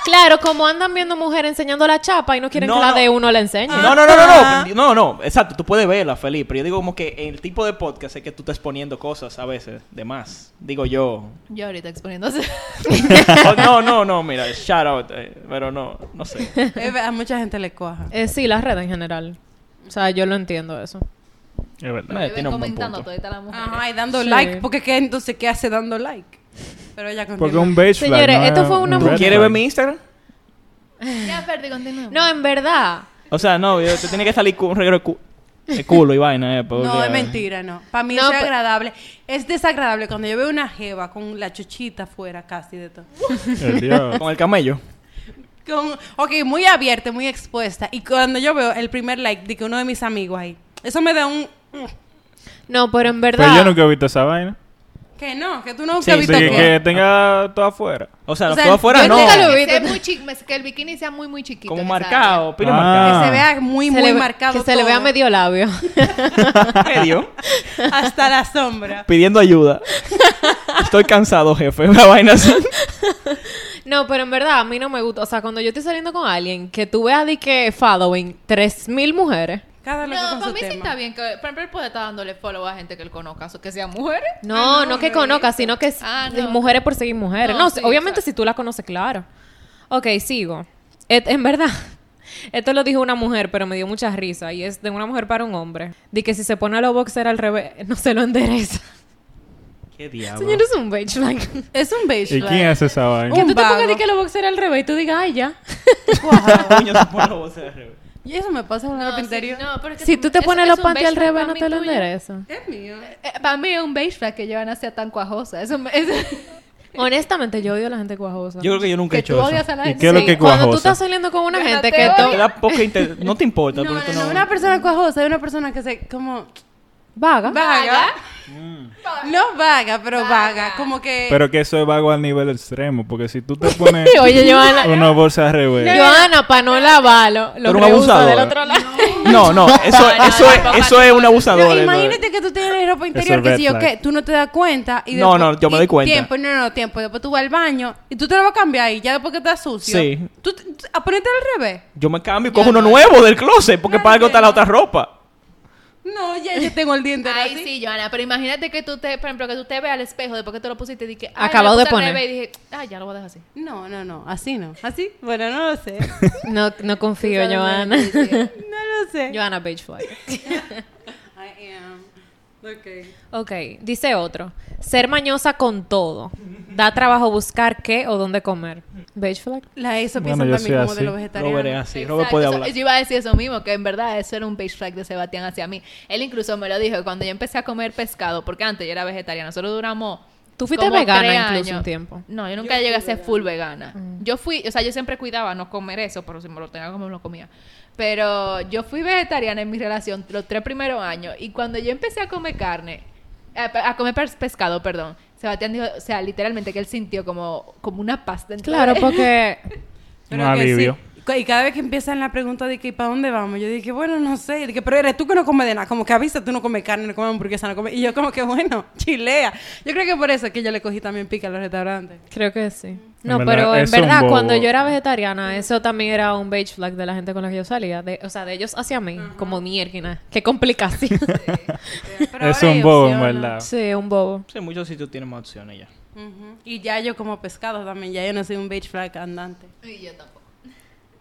Claro, como andan viendo mujeres enseñando la chapa y no quieren
No,
que la
no.
de uno la enseñe.
No, no, no, no, no. No, no. Exacto. Tú puedes verla, Felipe. Pero yo digo como que el tipo de podcast es que tú estás poniendo cosas a veces de más. Digo yo.
Yo ahorita exponiéndose.
Oh, no, no, no. Mira, shout out. eh, pero no, no sé.
Eh, A mucha gente le cuaja.
Eh, sí, las redes en general. O sea, yo lo entiendo eso.
Es verdad.
Me
Me ven
tiene un buen
comentando
punto.
todita la mujer.
Ajá, y dando
Sí.
like, porque ¿qué, entonces qué hace dando like? Pero ya
Porque
continúa.
un beige flag
Señores,
no
esto
es
fue
un
una
red
¿Tú quieres
flag.
ver mi Instagram?
Ya, Ferdi, continúa.
No, en verdad.
O sea, no. Yo, te tiene que salir cu- un regalo de cu- de culo y vaina. Eh, porque-
No, es mentira, no. Para mí
No,
eso es
pe-
agradable. Es desagradable cuando yo veo una jeva con la chochita afuera casi de todo.
El diablo.
Con el camello.
Con, ok, muy abierta, muy mm, expuesta. Y cuando yo veo el primer like de que uno de mis amigos ahí, eso me da un...
No, pero en verdad.
Pero yo nunca he visto esa vaina.
Que no, que tú no
Sí,
has
Sí,
visto
que,
que-
que tenga todo afuera.
O sea,
O
los
sea,
todo afuera
yo
no.
nunca lo vi.
Que, sea muy chi- que el bikini sea muy, muy chiquito.
Como
en esa
marcado, pila
Ah.
Que se
Ah.
vea muy,
se
muy
le ve-
marcado.
Que se le
todo,
vea medio labio.
marcado. Medio.
Hasta la sombra.
Pidiendo ayuda. Estoy cansado, jefe. Una vaina así.
no, pero en verdad a mí no me gusta. O sea, cuando yo estoy saliendo con alguien, que tú veas de que following 3.000 mujeres.
Cada loco
área. No,
con
para
su
mí sí
tema.
está bien que, por ejemplo, él puede estar dándole follow a gente que él conozca, o que sea mujer.
No, no, que conozcas, sino que
Ah,
s-
no.
mujeres por seguir mujeres.
No,
No,
sí,
obviamente
exacto.
si tú la conoces, claro. Ok, sigo. Et- en verdad, esto lo dijo una mujer, pero me dio mucha risa. Y es de una mujer para un hombre. De que si se pone a los boxer al revés, no se lo endereza.
Qué diablo.
Señor, es un beige like.
Es un beige.
¿Y quién hace esa vaina?
Que
Un
tú te
vago.
pongas de que los boxer al revés y tú digas, ay, ya.
Coño, se pone la voz de revés.
Y eso me pasa con la carpintería.
sí, no, pero es que
Si
es
tú
un-
te
es-
pones
es
los
un
panties al
beige flag
revés,
para
no
mí
te lo
tuyo.
endereza.
Es mío.
Eh, para mí es un beige flag que llevan a ser tan cuajosa. Eso me- es-
Honestamente, yo odio a la gente cuajosa.
Yo creo que yo nunca he
que
hecho
tú odias
eso.
a la
¿Y
gente.
qué es lo que-
Cuando tú
cuajosa.
estás saliendo con una
Yo no
gente
te
que
odio.
Te
tú...
da poco inter- No te importa.
No,
porque tú
no, no, una persona cuajosa es una persona que se como
Vaga.
vaga. No vaga, pero vaga.
Vaga.
Como que
Pero que eso es vago al nivel extremo, porque si tú te pones
Oye, Joana...
una bolsa al revés,
Joana, para no lavarlo, lo
Pero un
reuso
abusador.
del otro lado.
No,
No,
no, eso,
no,
eso,
no,
es-
no,
eso es un abusador.
No,
eso es.
imagínate que tú tienes ropa interior
es
que
red
si yo
flag.
qué, tú no te das cuenta y
No,
después-
no, yo me
y
doy cuenta.
Tiempo, no, no, tiempo, y después tú vas al baño y tú te lo vas a cambiar y ya después que estás sucio.
Sí.
Tú t- t- a ponerte al revés.
Yo me cambio y cojo uno nuevo del closet, porque para algo está la otra ropa.
No, ya yo tengo el diente
Ay,
así.
sí, Joana, pero imagínate que tú te, por ejemplo, que tú te veas al espejo después que te lo pusiste y dije, ay, me lo
Acabado de
puse al
poner.
revés, Y dije, ay, ya lo voy a dejar así.
No, no, no, así no. ¿Así? Bueno, no lo sé.
No, no confío, Joana.
no lo sé.
Joana Beachfly.
I am. Okay.
Ok, dice otro. Ser mañosa con todo. Da trabajo buscar qué o dónde comer. Beige flag.
La hizo piensa
Bueno, yo soy
también como
así.
de los
No veré
vegetarianos.
así, no me puede
Exacto.
hablar.
Eso- Yo iba a decir eso mismo, que en verdad eso era un page flag de Sebastián hacia mí. Él incluso me lo dijo cuando yo empecé a comer pescado, porque antes yo era vegetariana. Nosotros duramos.
Tú fuiste
como
vegana
tres
incluso un
años.
tiempo. Ah.
No, yo nunca llegué a ser full vegana. Yo fui, o sea, yo siempre cuidaba no comer eso, pero si me lo tenía como me lo comía. Pero yo fui vegetariana en mi relación los tres primeros años y cuando yo empecé a comer carne, a, a comer pes- pescado, perdón, Sebastián dijo, o sea, literalmente que él sintió como, como una paz dentro
Claro,
de él.
porque
un alivio.
sí. Y cada vez que empiezan la pregunta de que para dónde vamos, yo dije, bueno, no sé. Y dije, pero eres tú que no comes de nada. Como que avisa, tú no comes carne, no comes hamburguesa, no comes. Y yo, como que bueno, chilea. Yo creo que por eso es que yo le cogí también pica a los restaurantes.
creo que sí. No,
verdad,
pero en
es un
verdad,
bobo.
cuando yo era vegetariana, eso también era un beige flag de la gente con la que yo salía. De- o sea, de ellos hacia mí. Como mierda. Qué complicación.
Pero
es
ahora
un
hay
bobo, en
opciones.
verdad.
sí, un bobo.
Sí, en muchos sitios tienen más opciones ya.
Ujú. Y ya yo como pescado también. Ya yo no soy un beige flag andante.
Y yo tampoco.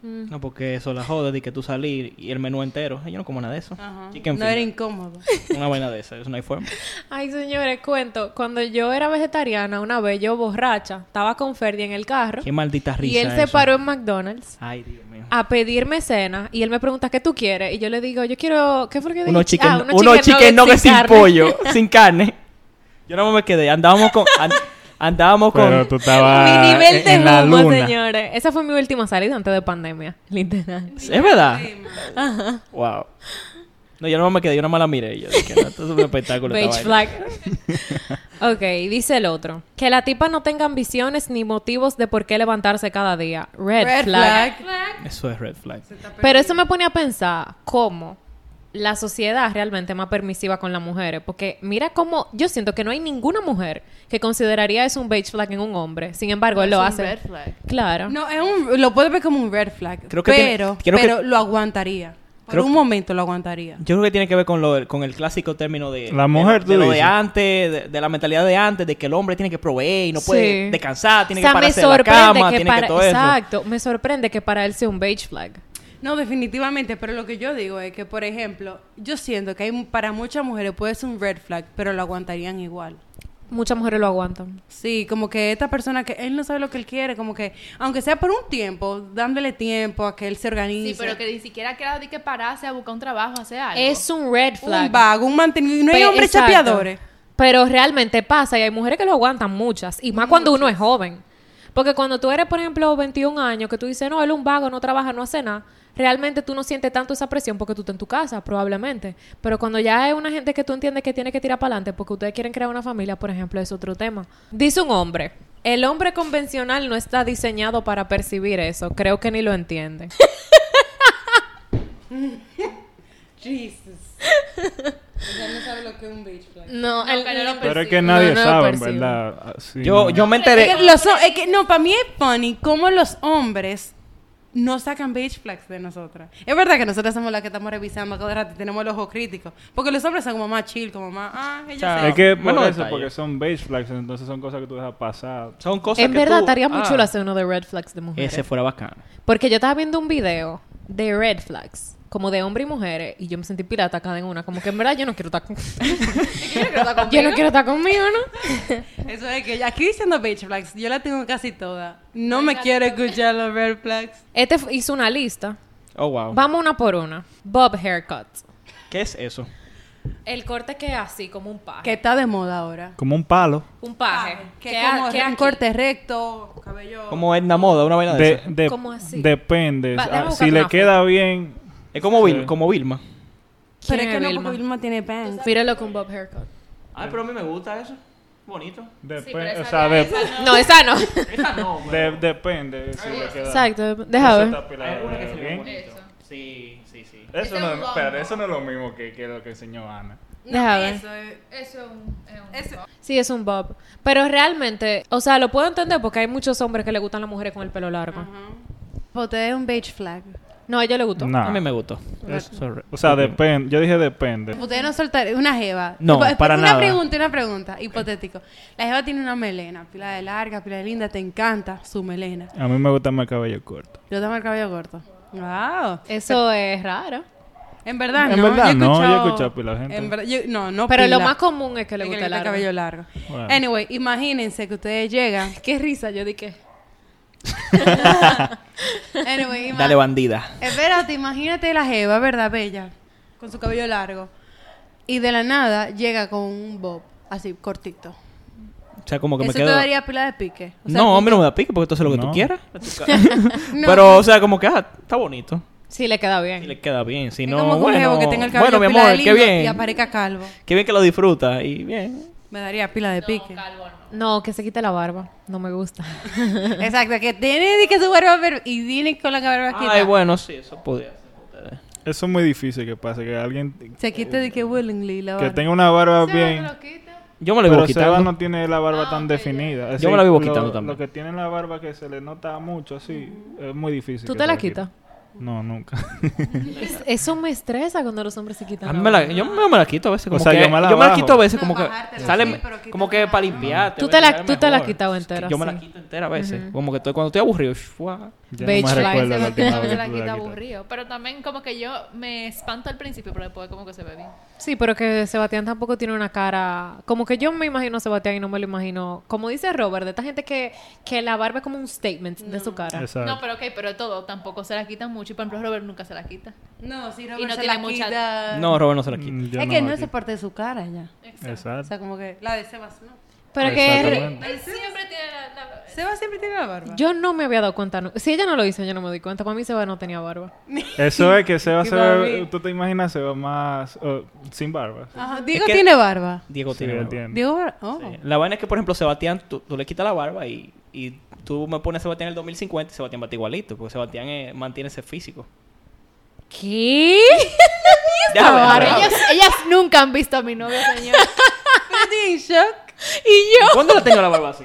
Mm.
No, porque eso la joda de que tú salir y el menú entero. Ay, Yo no como nada de eso.
Ajá.
Chicken
No
finger.
era incómodo.
Una vaina de esa, eso no hay forma.
Ay, señores, cuento. Cuando yo era vegetariana, una vez yo borracha, estaba con Ferdi en el carro.
Qué maldita risa.
Y él se
eso.
paró Ah, en McDonald's.
Ay, Dios mío.
a pedirme cena y él me pregunta qué tú quieres y yo le digo yo quiero qué fue lo que dije
unos chicken,
Ah,
unos chicken nuggets sin,
carne.
pollo, sin carne. Yo no me quedé. Andábamos con. an- andábamos con.
Pero tú
mi
estabas
nivel de
en la
humo
luna.
señores esa fue mi última salida antes de pandemia literal
Es verdad. Wow. No, yo no me quedé, yo nada más la miré. y Yo dije, no, esto es un espectáculo. esta
beige
vaina.
flag ok dice el otro que la tipa no tenga ambiciones ni motivos de por qué levantarse cada día red,
Red
flag.
flag.
Eso es red flag.
pero eso me pone a pensar cómo la sociedad realmente es más permisiva con las mujeres. Porque mira cómo yo siento que no hay ninguna mujer que consideraría eso un beige flag en un hombre. Sin embargo, él lo
Es Pues un
hace.
red flag.
Claro.
No, es un, lo puedes ver como un red flag.
Creo que tiene-
pero
creo que-
pero lo aguantaría. Por
Creo-
un momento lo aguantaría.
Yo creo que tiene que ver con, lo, con el clásico término de...
La mujer,
de,
tú
de lo de
dices.
antes, de, de la mentalidad de antes, de que el hombre tiene que proveer y no
Sí.
puede descansar,
O
tiene
sea,
que
me
pararse de la
sorprende
cama,
que
tiene
para-
que todo eso.
Exacto, me sorprende que para él sea un beige flag.
No, definitivamente, pero lo que yo digo es que, por ejemplo, yo siento que hay para muchas mujeres puede ser un red flag, pero lo aguantarían igual.
Muchas mujeres lo aguantan.
Sí, como que esta persona que él no sabe lo que él quiere, como que, aunque sea por un tiempo, dándole tiempo a que él se organice.
Sí, pero que ni siquiera queda de que pararse a buscar un trabajo, hacer algo.
Es un red flag.
un vago, un mantenido. Y no hay
Pe-
hombres
exacto.
chapeadores.
Pero realmente pasa y hay mujeres que lo aguantan muchas. Y más cuando uno es joven. Porque cuando tú eres, por ejemplo, 21 años, que tú dices, no, él es un vago, no trabaja, no hace nada. realmente tú no sientes tanto esa presión porque tú estás en tu casa, probablemente. Pero cuando ya es una gente que tú entiendes que tiene que tirar para adelante porque ustedes quieren crear una familia, por ejemplo, es otro tema. Dice un hombre, el hombre convencional no está diseñado para percibir eso. Creo que ni lo entiende.
Jesus. Ella no sabe lo que es un beach flag.
No, el-
Pero es que nadie
Pues No, no lo
sabe, en
percibe.
verdad. Así,
Yo,
no.
yo me
Es que
enteré.
los hom- es que, no, para mí es funny cómo los hombres no sacan beige flags de nosotras. Es verdad que nosotras somos las que estamos revisando cada rato y tenemos el ojo crítico. Porque los hombres son como más chill, como más, ah, ella
Chao.
Es que por
Menos
eso,
detalle.
porque son beige flags, entonces son cosas que tú dejas pasar.
Son cosas
En
que
verdad,
tú-
estaría muy
Ah,
chulo hacer uno de red flags de mujeres.
Ese fuera bacano.
Porque yo estaba viendo un video de red flags, como de hombres y mujeres, y yo me sentí pirata cada en una. Como que en verdad yo no quiero estar con... yo no quiero estar conmigo, ¿no?
sabe. Eso es que ella- aquí diciendo beige flags, yo la tengo casi toda. No me quiero escuchar los red flags.
Este fu- hizo una lista.
Oh, wow.
Vamos una por una. Bob haircut.
¿Qué es eso?
El corte que es así, como un paje.
Que está de moda ahora.
Como un palo.
Un paje.
Ah, Que
Que
es como
a- que
un
aquí.
corte recto, cabello.
Como Edna Moda, una vaina de,
De,
esas.
de-
¿Cómo así?
Depende.
Va, déjame
Ah,
buscar
si le
una
queda bien.
Es como, Vil-
Sí.
como Vilma.
Pero
¿Quién
es que
es
no,
Vilma?
porque Vilma tiene pants.
Míralo con Bob haircut.
Ay, pero a mí me gusta eso. Bonito.
Depende. o sea, de-
No, esa no.
Esa no,
de- depende. Si le queda.
Exacto. Deja
Eso
ver.
está pelado, bien.
Sí, sí, sí.
Eso no, espérate, eso no es lo mismo que, que lo que enseñó Ana.
Deja ver.
Eso es un...
Sí, es un bob. Pero realmente, o sea, lo puedo entender porque hay muchos hombres que le gustan las mujeres con el pelo largo.
Boté Pues un beige flag.
No, a ella le gustó.
No.
A mí me gustó. Sorry.
O sea, depende. Yo dije depende.
Ustedes no soltarían una jeva.
No,
Tipo,
para
una
nada.
pregunta, una pregunta, hipotético. La jeva tiene una melena, pila de larga, pila de linda, te encanta su melena.
A mí me gusta más el cabello corto.
Yo tengo el cabello corto. Wow.
Eso es raro.
En verdad,
En
no.
verdad,
he
no, yo he
escuchado-
escuchado pila de gente.
En verdad, yo- no, no.
Pero lo
pila.
más común es que le
Es que
gusta
este
el largo.
cabello largo.
Bueno.
Anyway, imagínense que ustedes llegan.
Qué risa, yo dije.
Anyway,
Dale,
ima-
bandida.
Espérate, imagínate la jeva, ¿verdad, bella? Con su cabello largo. Y de la nada llega con un bob, así, cortito.
O sea, como que
Eso
me quedo.
te daría pila de pique. O sea,
no, a mí no me da pique porque tú haces lo que tú
No.
quieras.
No.
Pero, o sea, como que ah, está bonito.
Sí, le queda bien.
Y le queda bien. Si
Es
no,
como que un
bueno.
jevo que tenga el cabello
bueno, mi
pila de
amor, qué
lindo y
bien.
aparezca calvo.
Qué bien que lo disfruta. Y bien.
Me daría pila de pique.
No, que se quite la barba. No me gusta.
Exacto, que tiene de que su barba ver- y tiene con la barba aquí.
Ay, bueno, sí, eso podría ser. eh.
Eso es muy difícil que pase, que alguien
Se quita de que willingly la
que
barba.
tenga una barba bien.
Yo me lo
Pero
vivo
Seba
quitando.
no tiene la barba tan definida. Es
Yo me la
lo-
vivo quitando también.
Lo que tiene la barba que se le nota mucho así, es muy difícil.
¿Tú
que
te
se
la
le quite.
quitas?
No, nunca.
Es- Eso me estresa cuando los hombres se quitan.
A mí me la, yo me, me la quito a veces.
O
Como
sea,
que,
yo me la
la
bajo.
quito a veces.
No,
Como que
bajártela,
sale.
sí, pero quítala.
como que para limpiarte.
Tú
a
te
veces
la-
sale
tú te la
mejor.
has quitado entera,
Yo me
sí.
la quito entera a veces. Como que estoy, cuando estoy aburrido. shua.
Ya
Beige
no me
flag.
recuerdo la última
me la
vez que tú
quita
la quitaste.
aburrido. Pero también como que yo me espanto al principio, pero después como que se ve bien.
Sí, pero que Sebastián tampoco tiene una cara. Como que yo me imagino a Sebastián y no me lo imagino. Como dice Robert, de esta gente que, que la barba es como un statement de su cara.
Exacto.
No, pero ok, pero todo. Tampoco se la quitan mucho. Y por ejemplo, Robert nunca se la quita.
No, si Robert
Y no
se
tiene
la
mucha-
quita.
No, Robert no se la quita.
Mm, yo
es que
me
no
la
es
quito.
parte de su cara ya. O
Exacto.
sea, como que la de Sebas no.
Pero que
Exactamente.
Él siempre tiene la... la-
Sebas siempre tiene la barba.
yo no me había dado cuenta. nu- Si ella no lo hizo, yo no me di cuenta. Para mí Seba no tenía barba.
Eso es que Seba
Y
se
para
ve,
mí-
tú te imaginas Seba más eh, sin barba.
Ajá, Diego
Es que-
tiene barba.
Diego
Sí,
tiene.
él
barba.
tiene.
Diego barba. Oh.
Sí. La vaina es que, por ejemplo, Sebastián, tú, tú le quitas la barba y, y tú me pones a Sebastián en el 2050 y Sebastián va a estar igualito, porque Sebastián eh, mantiene ese físico.
¿Qué?
Déjame ver, déjame
Ellas,
ver.
ellas nunca han visto a mi novio, señor.
Pero estoy en shock.
Y yo.
¿Cuándo la tengo la barba así?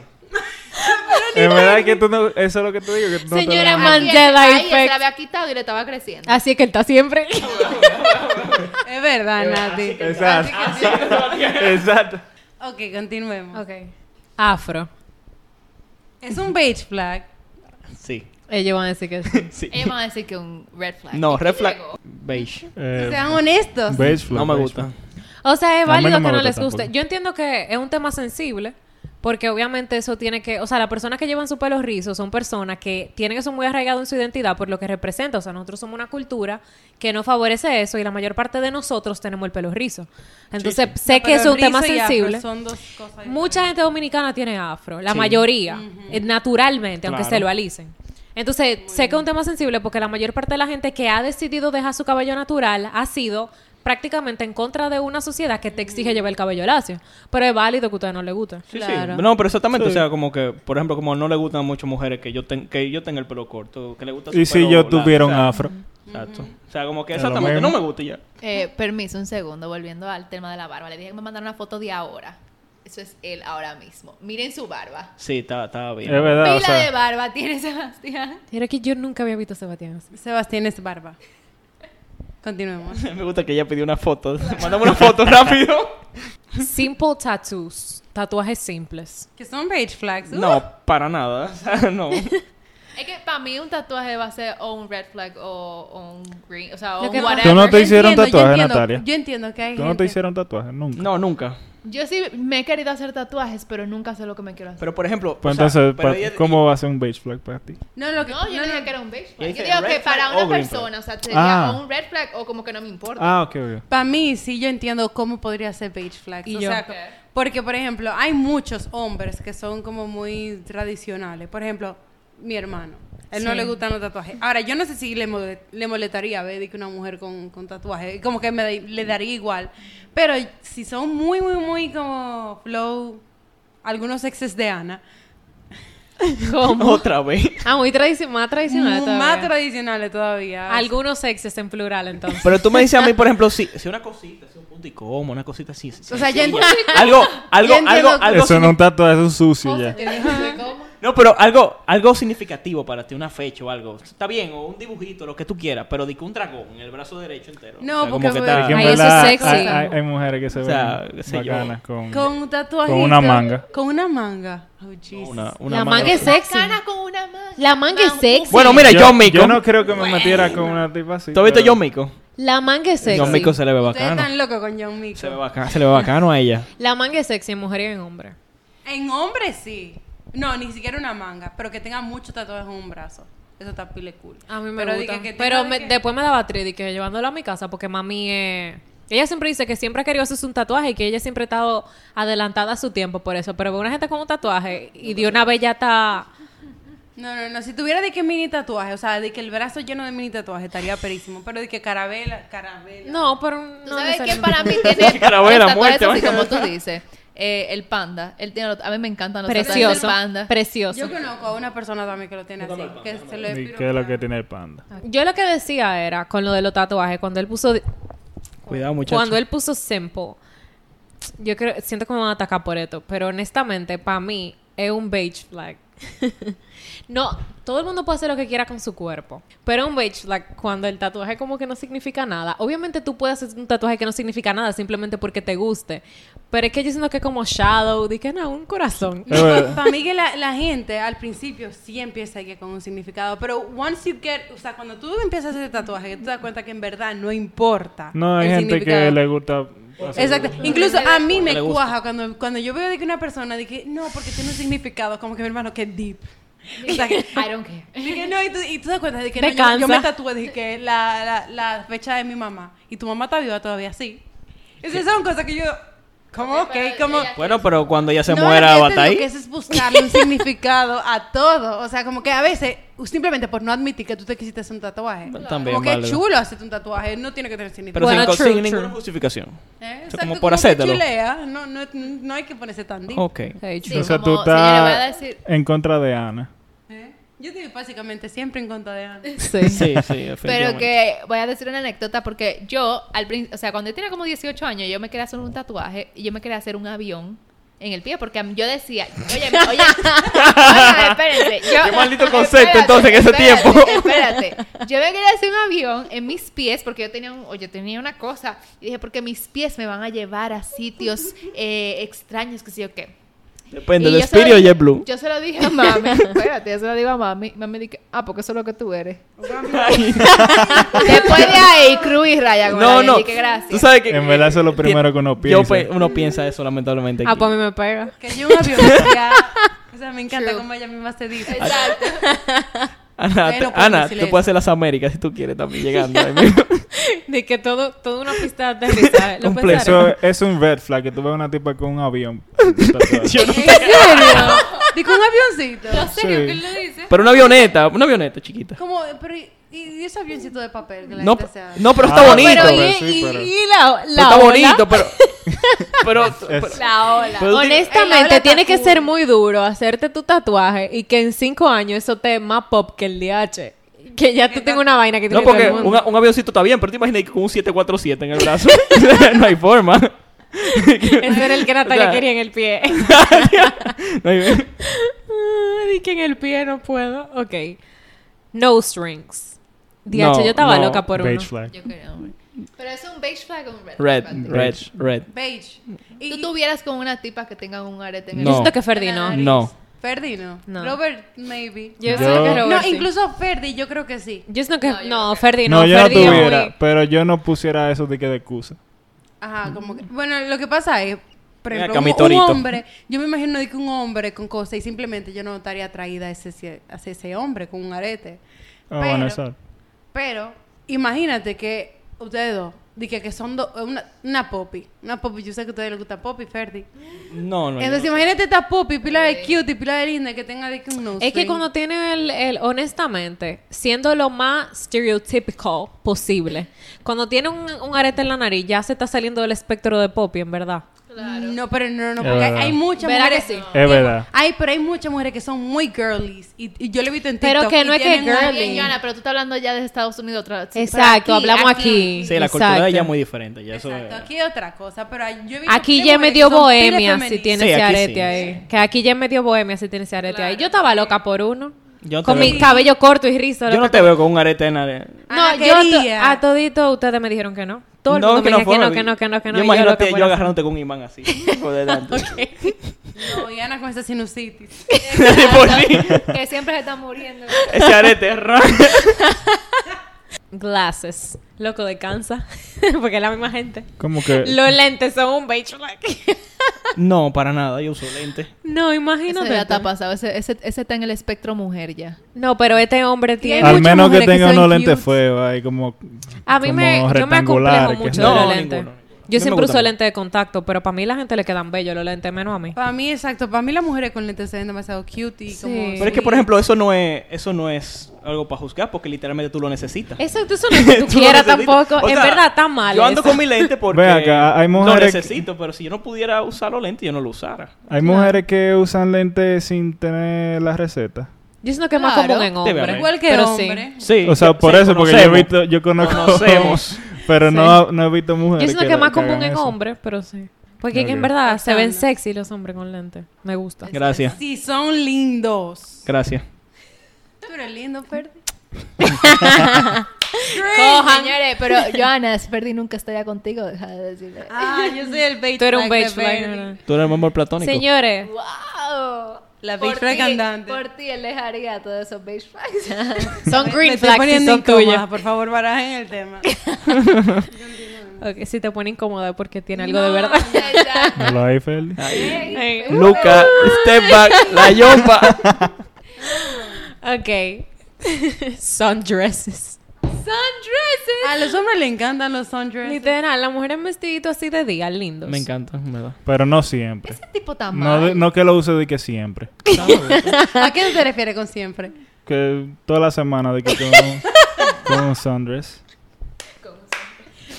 En verdad que tú no, eso es lo que te digo. Que tú no te
Señora
la-
Ma-
Así es,
Mandela
ahí él se
effect.
la había quitado y le estaba creciendo.
Así es que él está siempre.
Es verdad, Nati.
Exacto. Exacto.
Ok, continuemos.
ok. Afro.
Es un beige flag.
Sí.
Ellos van a decir que sí.
sí.
Ellos van a decir que un red flag.
No, red flag
Diego?
beige.
Eh,
Sean honestos.
beige flag,
No me
beige
gusta.
flag.
O sea, es
A mí no
válido
me
que no
gusta
les guste.
tampoco.
Yo entiendo que es un tema sensible, porque obviamente eso tiene que, o sea, las personas que llevan su pelo rizo son personas que tienen eso muy arraigado en su identidad por lo que representa. O sea, nosotros somos una cultura que no favorece eso y la mayor parte de nosotros tenemos el pelo rizo. Entonces, sé que
Pero
es un tema
rizo y afro
sensible.
Son dos cosas.
Mucha gente dominicana tiene afro, la
Sí.
mayoría, eh, naturalmente, aunque
Claro.
se lo alicen. Entonces, sé que es un tema sensible porque la mayor parte de la gente que ha decidido dejar su cabello natural ha sido prácticamente en contra de una sociedad que te exige llevar el cabello lacio. Pero es válido que a ustedes no les guste.
Sí,
Claro.
sí. No, pero exactamente.
Sí.
O sea, como que, por ejemplo, como no le gustan mucho mujeres que yo, ten- que yo tenga el pelo corto, que le gusta su
Y si
pelo
yo
largo,
tuviera
o
un
sea,
afro.
Exacto. O sea, como que
Es lo
exactamente no
mismo.
me gusta y ya.
Eh, permiso, un segundo, volviendo al tema de la barba. Le dije que me mandara una foto de ahora. Eso es él ahora mismo. Miren su barba.
Sí, está, está bien.
Es verdad,
Pila
o sea.
de barba tiene Sebastián.
Mira que yo nunca había visto a Sebastián así.
Sebastián es barba. Continuemos.
Me gusta que ella pidió una foto. Mándame una foto rápido.
Simple tattoos. Tatuajes simples.
Que son beige flags. Uh.
No, para nada. O sea, no.
Es que para mí un tatuaje va a ser o un red flag o, o un green, o sea, o
Lo
un
que
whatever.
pasa-
Tú no te
Yo
hicieron
entiendo, yo
tatuaje,
entiendo,
Natalia.
Yo entiendo que hay
¿Tú no te
gente-
hicieron tatuaje? Nunca.
No, nunca.
Yo sí me he querido hacer tatuajes, pero nunca sé lo que me quiero hacer.
Pero, por ejemplo...
Pues
o sea,
entonces,
pero
pa-
ella-
¿cómo va a ser un beige flag para ti?
No, lo que...
no, yo
no,
dije
no.
que era un beige
Yo
flag. Yo
dije
digo
red
que
flag
para
o
una
green flag.
persona, o sea, sería
Ah.
o un red flag o como que no me importa.
Ah, ok, ok.
Para mí, sí, yo entiendo cómo podría ser beige flags.
Y
o
yo.
sea, porque, por ejemplo, hay muchos hombres que son como muy tradicionales. Por ejemplo, mi hermano. Él no
Sí.
le gustan los tatuajes. Ahora, yo no sé si le, mole- le molestaría ver de que una mujer con, con tatuaje. Como que me da- le daría igual. Pero si son muy, muy, muy como flow, algunos exes de Ana,
Otra vez.
Ah, muy tradici- más tradicional.
mu-
todavía.
más tradicionales todavía.
Algunos sexes en plural, entonces.
Pero tú me dices a mí, por ejemplo, si, si una cosita, si un punto y coma, una cosita así.
O sea, ya
sencilla. Algo, algo,
ya
algo,
entiendo-
algo.
Eso no es un tatuaje, eso es un sucio ya.
No, pero algo, algo significativo para ti, una fecha o algo. Está bien, o un dibujito, lo que tú quieras, pero di que un dragón en el brazo derecho entero.
No,
O sea,
porque
como que
fue-
Es que en
está...
Ay, eso es
verdad
sexy.
Hay, hay- hay mujeres que se
O
ven
sea, qué sé yo.
bacanas con...
Con un tatuaje.
Con una manga.
Con una manga. Oh, Jesus.
Una, una
la
mano-
manga es sexy.
Cana con una manga.
La manga es sexy.
Bueno, mira,
yo,
John Mico.
Yo no creo que me metiera con una tipa así.
¿Tú has visto
pero-
John Mico?
La manga es sexy.
John Mico se le ve
Ustedes
bacano.
están locos con John Mico.
Se, ve bacano. se le ve bacano a ella.
La manga es sexy en mujer y en hombre.
En hombres sí. No, ni siquiera una manga, pero que tenga muchos tatuajes en un brazo. Eso está pile cool.
A mí me
pero
gusta.
dije que tenga
pero
de
me-
que-
después me daba triste que llevándola a mi casa porque mami eh, ella siempre dice que siempre ha querido hacerse un tatuaje y que ella siempre ha estado adelantada a su tiempo por eso. Pero ve una gente con un tatuaje y de una vez ya está...
No, no, no. Si tuviera de que mini tatuaje, o sea, de que el brazo lleno de mini tatuaje estaría perísimo. Pero de que carabela, carabela.
No, pero
¿Tú
no
sabes
necesariamente.
quién para mí tiene
Carabela,
los tatuajes
muerte,
así
vaya.
como tú dices? Eh, el panda. Él tiene los- a mí me encantan los tatuajes del
Precioso.
panda.
Precioso.
Yo conozco a una persona también que lo tiene así. Que se lo
¿Y
espiro-
qué es lo que tiene el panda?
Yo lo que decía era con lo de los tatuajes, cuando él puso
Cuidado, muchachos.
cuando él puso Simple, yo creo, siento que me van a atacar por esto, pero honestamente, para mí, es un beige flag. no, todo el mundo puede hacer lo que quiera con su cuerpo, pero es un beige flag cuando el tatuaje como que no significa nada. Obviamente tú puedes hacer un tatuaje que no significa nada simplemente porque te guste, pero es que yo siento que es como shadow, dije, no, un corazón.
Es verdad.
Para mí que la, la gente al principio sí empieza que con un significado, pero once you get, o sea, cuando tú empiezas a hacer tatuaje, que tú te das cuenta que en verdad no importa.
No, hay
el
gente que
significado.
le gusta... hacer-
Exacto. Incluso a mí
le
me
gusta.
cuaja cuando, cuando yo veo de que una persona dije, no, porque tiene un significado, como que mi hermano, que deep. O sea, que-
I don't care.
dije, no, y tú, y tú te das cuenta de que
Me
no, yo, yo
cansa.
me tatué, dije que la, la, la fecha de mi mamá, y tu mamá está viva todavía, sí. Esas son cosas que yo, como,
Sí,
ok,
pero
como...
ella-
Bueno, pero cuando ella se
No,
muera,
lo
va
que
a
hacen
estar
Lo que
ahí.
es, es buscarle un significado a todo. O sea, como que a veces, simplemente por no admitir que tú te quisiste hacer un tatuaje.
También,
como que
válido.
es chulo hacerte un tatuaje, no tiene que tener
Pero
significado.
Bueno,
sin, co-
true,
sin ninguna
true.
justificación.
Eh,
como
exacto,
por
que
hacértelo. Oh.
chulea, No, no, no hay que ponerse tan deep.
Ok.
Hey,
Sí,
o sea,
como-
tú estás
señora, voy a decir-
en contra de Ana.
Eh, Yo estoy básicamente siempre en contra de Ana.
Sí.
Sí,
Pero
sí, definitivamente.
que voy a decir una anécdota porque yo, al prin- o sea, cuando yo tenía como 18 años, yo me quería hacer un tatuaje y yo me quería hacer un avión en el pie porque a mí- yo decía, oye, oye, oye, espérense. yo-
Qué maldito
espérate,
concepto, entonces, en ese
espérate,
tiempo.
Espérate, yo me quería hacer un avión en mis pies porque yo tenía, un- o yo tenía una cosa y dije, porque mis pies me van a llevar a sitios eh, extraños, que sé yo qué.
Depende
Y
de
yo se lo
Spirit o
dije-
JetBlue.
Yo se lo dije a mami. Espérate, yo se lo digo a mami. Mami dije, ah, porque eso es lo que tú eres. Después de ahí, Cruz y Raya. con
No,
la
no.
gente, que gracias.
Tú sabes que.
En verdad eso es lo primero que uno
Eh, Yo,
piensa.
pues, uno piensa eso, lamentablemente.
Ah,
aquí.
pues a mí me pega.
Que yo un avión. ya, o sea, me encanta
True.
cómo ella misma se dice.
Exacto.
Ana,
Bueno,
te-
pues,
Ana,
Priscila.
tú puedes hacer las Américas si tú quieres también llegando. ahí mismo.
De que todo, toda una pista de aterrizaje. Lo
Completo.
pensaron.
Eso es un red flag, que tú ves una tipa con un avión.
Yo no-
¿En serio?
Dijo un avioncito.
¿En serio
Sí.
que él lo dice?
Pero una avioneta, una avioneta chiquita.
Como, pero y, y ese avioncito de papel que la
No,
gente se hace.
no, pero está
Ah,
bonito.
Pero,
Pero
y,
sí,
y-
pero-
y la,
Pero
la
está
ola.
bonito, pero. Pero. pero-
Es-
La ola.
pero tú tienes-
Honestamente,
está
tiene que
cool.
ser muy duro hacerte tu tatuaje y que en cinco años eso te dé más pop que el DH. Que ya tú tengas una vaina que
No,
tiene todo el
porque
mundo.
un, un avioncito está bien, pero te imaginas que con un 747 en el brazo. no hay forma.
Ese era el que Natalia
O sea-
quería en el pie.
No hay-
Ay, que en el pie no puedo. Ok. No strings. DH,
No,
yo estaba
no,
loca por uno.
Beige flag.
Yo creo, hombre. Pero es un beige flag o un red,
Red,
flag.
red, red.
Beige. Y,
Tú tuvieras con una tipa que tenga un arete en
No.
Yo siento que Ferdi no.
No.
Ferdi no.
No.
Robert, maybe.
Yo,
Yo-
siento que
No,
Robert
no,
sí.
incluso Ferdi, yo creo que sí.
Yo siento que...
No,
No,
yo
Ferdi no.
No, yo no
Ferdi es muy-
tuviera, pero yo no pusiera eso de que de excusa.
Ajá, como que. Bueno, lo que pasa es. Por
Mira
ejemplo,
acá,
un-
mi
un,
torito.
hombre, yo me imagino de que un hombre con cosas y simplemente yo no estaría atraída a ese, a ese hombre con un arete.
Ah,
Pero-
bueno, exacto.
Pero imagínate que ustedes dos, di que, que son dos, una, una popi, una popi, yo sé que a ustedes les gusta popi, Ferdi.
No, no.
Entonces imagínate esta popi, pila de cute y pila de linda que tenga de que un nose
Es que
ring.
cuando tiene el, el- honestamente, siendo lo más stereotypical posible, cuando tiene un, un arete en la nariz, ya se está saliendo del espectro de Poppy, en verdad.
No, pero no, no,
Es
porque hay,
verdad.
hay muchas
¿Verdad
mujeres...
que sí?
Es verdad.
Ay, pero hay muchas mujeres que son muy girlies y, y yo lo he visto en
Pero
TikTok.
que
y
no es que
tienen una-
Está
girly.
bien, Joana, pero tú estás hablando ya de Estados Unidos otra vez.
Exacto,
Pero
hablamos aquí.
Sí, la cultura de
Exacto.
ella es muy diferente. Ya eso
Exacto,
es-
aquí es otra cosa, pero hay- yo he visto
Aquí
muchas
ya
mujeres
me
que
dio
son pila
bohemia si
femeninas.
tiene
Sí,
ese
aquí
arete
sí,
ahí. Que aquí ya me dio bohemia si tiene ese arete ahí. Yo estaba loca por uno.
Yo no te
con
veo.
mi cabello corto y rizo.
Yo no
loca.
te veo con un arete en la.
No,
Ah,
yo a to-
quería.
a todito ustedes me dijeron que no. Todo el mundo me dijo que
fuera.
no, que no, que no, que no.
Yo
y yo loca
imagínate
por eso.
yo agarrándote con un imán así. Por delante.
No, y Ana con esa sinusitis.
Y por mí,
Que siempre se está muriendo.
Ese arete es raro.
Glasses. Loco de cansa. Porque es la misma gente.
Como que
Los lentes son un beige flag.
No, para nada. Yo uso lente.
No,
Eso
imagínate.
ya está
tú.
pasado. Ese, ese, ese está en el espectro mujer ya.
No, pero este hombre tiene.
al
muchas
menos que
mujeres
tenga
se ven
unos lentes
cute.
feos ahí como
A mí me,
como
yo me
rectangulares,
acomplejo
que
mucho
sea-
de
No,
los lentes.
ninguno.
Yo
No me
siempre
gusta.
uso lentes de contacto, pero para mí la gente le quedan bellos los lentes, menos a mí.
Para mí, exacto. Para mí las mujeres con lentes se ven demasiado cute y
Sí.
como...
Pero es que, por ejemplo, eso no es, eso no es algo para juzgar porque literalmente tú lo necesitas.
Exacto, eso no es que tú
Tú lo
quieras
necesitas.
tampoco.
O
en
sea,
verdad está mal.
Yo ando
eso.
con mi lente porque
Ve acá, hay
lo
mujeres que-
necesito, pero si yo no pudiera usar los lentes, yo no lo usara.
Hay mujeres que usan lentes sin tener la receta.
Yo siento que es más
Claro.
común en
Te veo,
hombre.
¿eh?
Igual que
pero
hombre.
Sí.
Sí.
O sea, por
sí,
eso, porque yo he
conocemos.
visto, yo conozco,
Conocemos.
pero no, no he visto mujeres.
Yo siento que es más común
hagan
en
eso.
hombre, pero sí. Porque
Ok.
en verdad se ven
Bastante.
sexy los hombres con lentes. Me gusta.
Gracias.
Si son lindos.
Gracias.
Tú eres lindo, Ferdi.
Cojan.
Señores, pero Joana, si Ferdi nunca estaría contigo, deja de decirle.
Ah, yo soy el beige
Tú eres un
flag de
beige flag,
Ferdi.
¿verdad?
Tú eres el amor platónico.
Señores,
¡Wow!
La
Por
beige flag
ti-
andante.
Por ti, él dejaría todos esos beige flags.
son
Me
green
estoy
flags si
poniendo
son
incómoda,
tuyas.
Por favor, barajen el tema.
Ok, si te pone incómoda porque tiene algo de verdad.
Ya, ya.
No lo hay, Ferdi.
Eh,
Luca, step back, la yompa.
ok. Sundresses. Sundresses.
A Ah, los hombres les encantan los sundresses.
Literal, la mujer en vestidito así de día, lindos.
Me encanta, me da.
Pero no siempre.
Ese tipo tan
No, de-
mal.
no que lo use de que siempre.
¿A qué se refiere con siempre?
Que toda la semana de que con, con un sundress.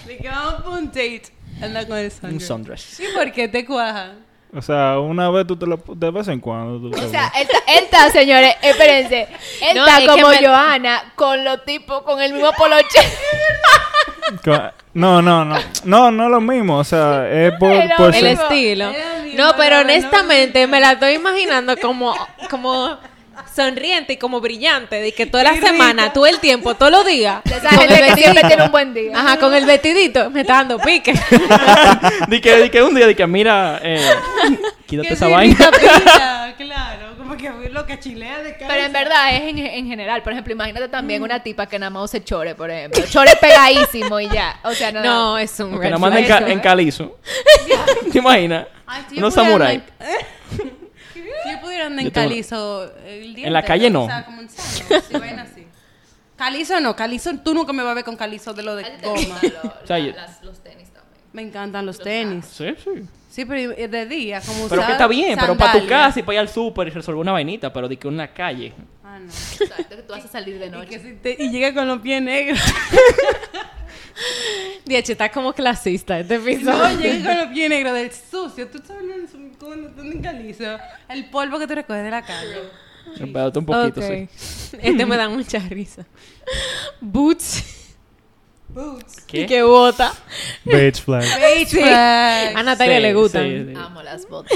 De que vamos por un date. Anda con el
Un
sundress.
sundress.
¿Y por qué te cuajan?
O sea, una vez tú te lo... De vez en cuando tú te
O
lo-
sea, él, ta- él está, señores, espérense. Él
No,
está
es que
como
me-
Joana, con los tipos, con el mismo poloche.
Con- No, no, no. No, no lo mismo. O sea, es por...
Era
por
un-
El
ser-
Era
estilo.
lo mismo,
No, pero
era lo
honestamente me la estoy imaginando como, como sonriente y como brillante. De que toda la semana, todo el tiempo, todos los días.
Esa
con
gente
el
que siempre
vestidito.
tiene un buen día.
Ajá, con el vestidito. Me está dando pique.
di, que, di que un día, di que mira, eh, quítate
Que
esa
sí,
vaina.
Rita Pila, claro. Como que lo que chilea de cara.
Pero en verdad es en, en general. Por ejemplo, imagínate
Mm.
también una tipa que nada más use chore, por ejemplo. Chore pegadísimo y ya. O sea, no.
No, es un
Que
red
la manda en,
flag.
ca- en calizo. ¿Te imaginas?
Ay, si yo
Unos
pudiera andar
samuráis.
en- Si yo pudiera andar en
Yo tengo-
calizo el día
En la
entero,
calle no.
O sea, como en sano, si vayan así. Calizo no, calizo, tú nunca me vas a ver con calizo de lo de
Te
goma.
gustan lo-
O sea, yo-
las- los tenis también.
Me encantan los tenis.
Sí, sí.
Sí, pero eh, de día, como
Pero
usar
que está bien, pero para tu
sandalias.
casa y para ir al súper y resolver una vainita, pero de que una calle.
Ah, no.
Exacto, que tú vas a salir de
Y, que
noche.
si te- y llega con los pies negros.
Diache, está como clasista este
No,
episodio.
llega con los pies negros del sucio. Tú sabes lo- su- cuando tú en calizo. El polvo que te recoges de la calle.
Empezate un poquito,
Ok.
sí.
Este me da mucha risa. Boots
Boots.
¿Qué?
y que bota.
Beige flag.
Beige flags.
A Natalia
Sí,
le gustan.
sí, sí.
Amo las botas.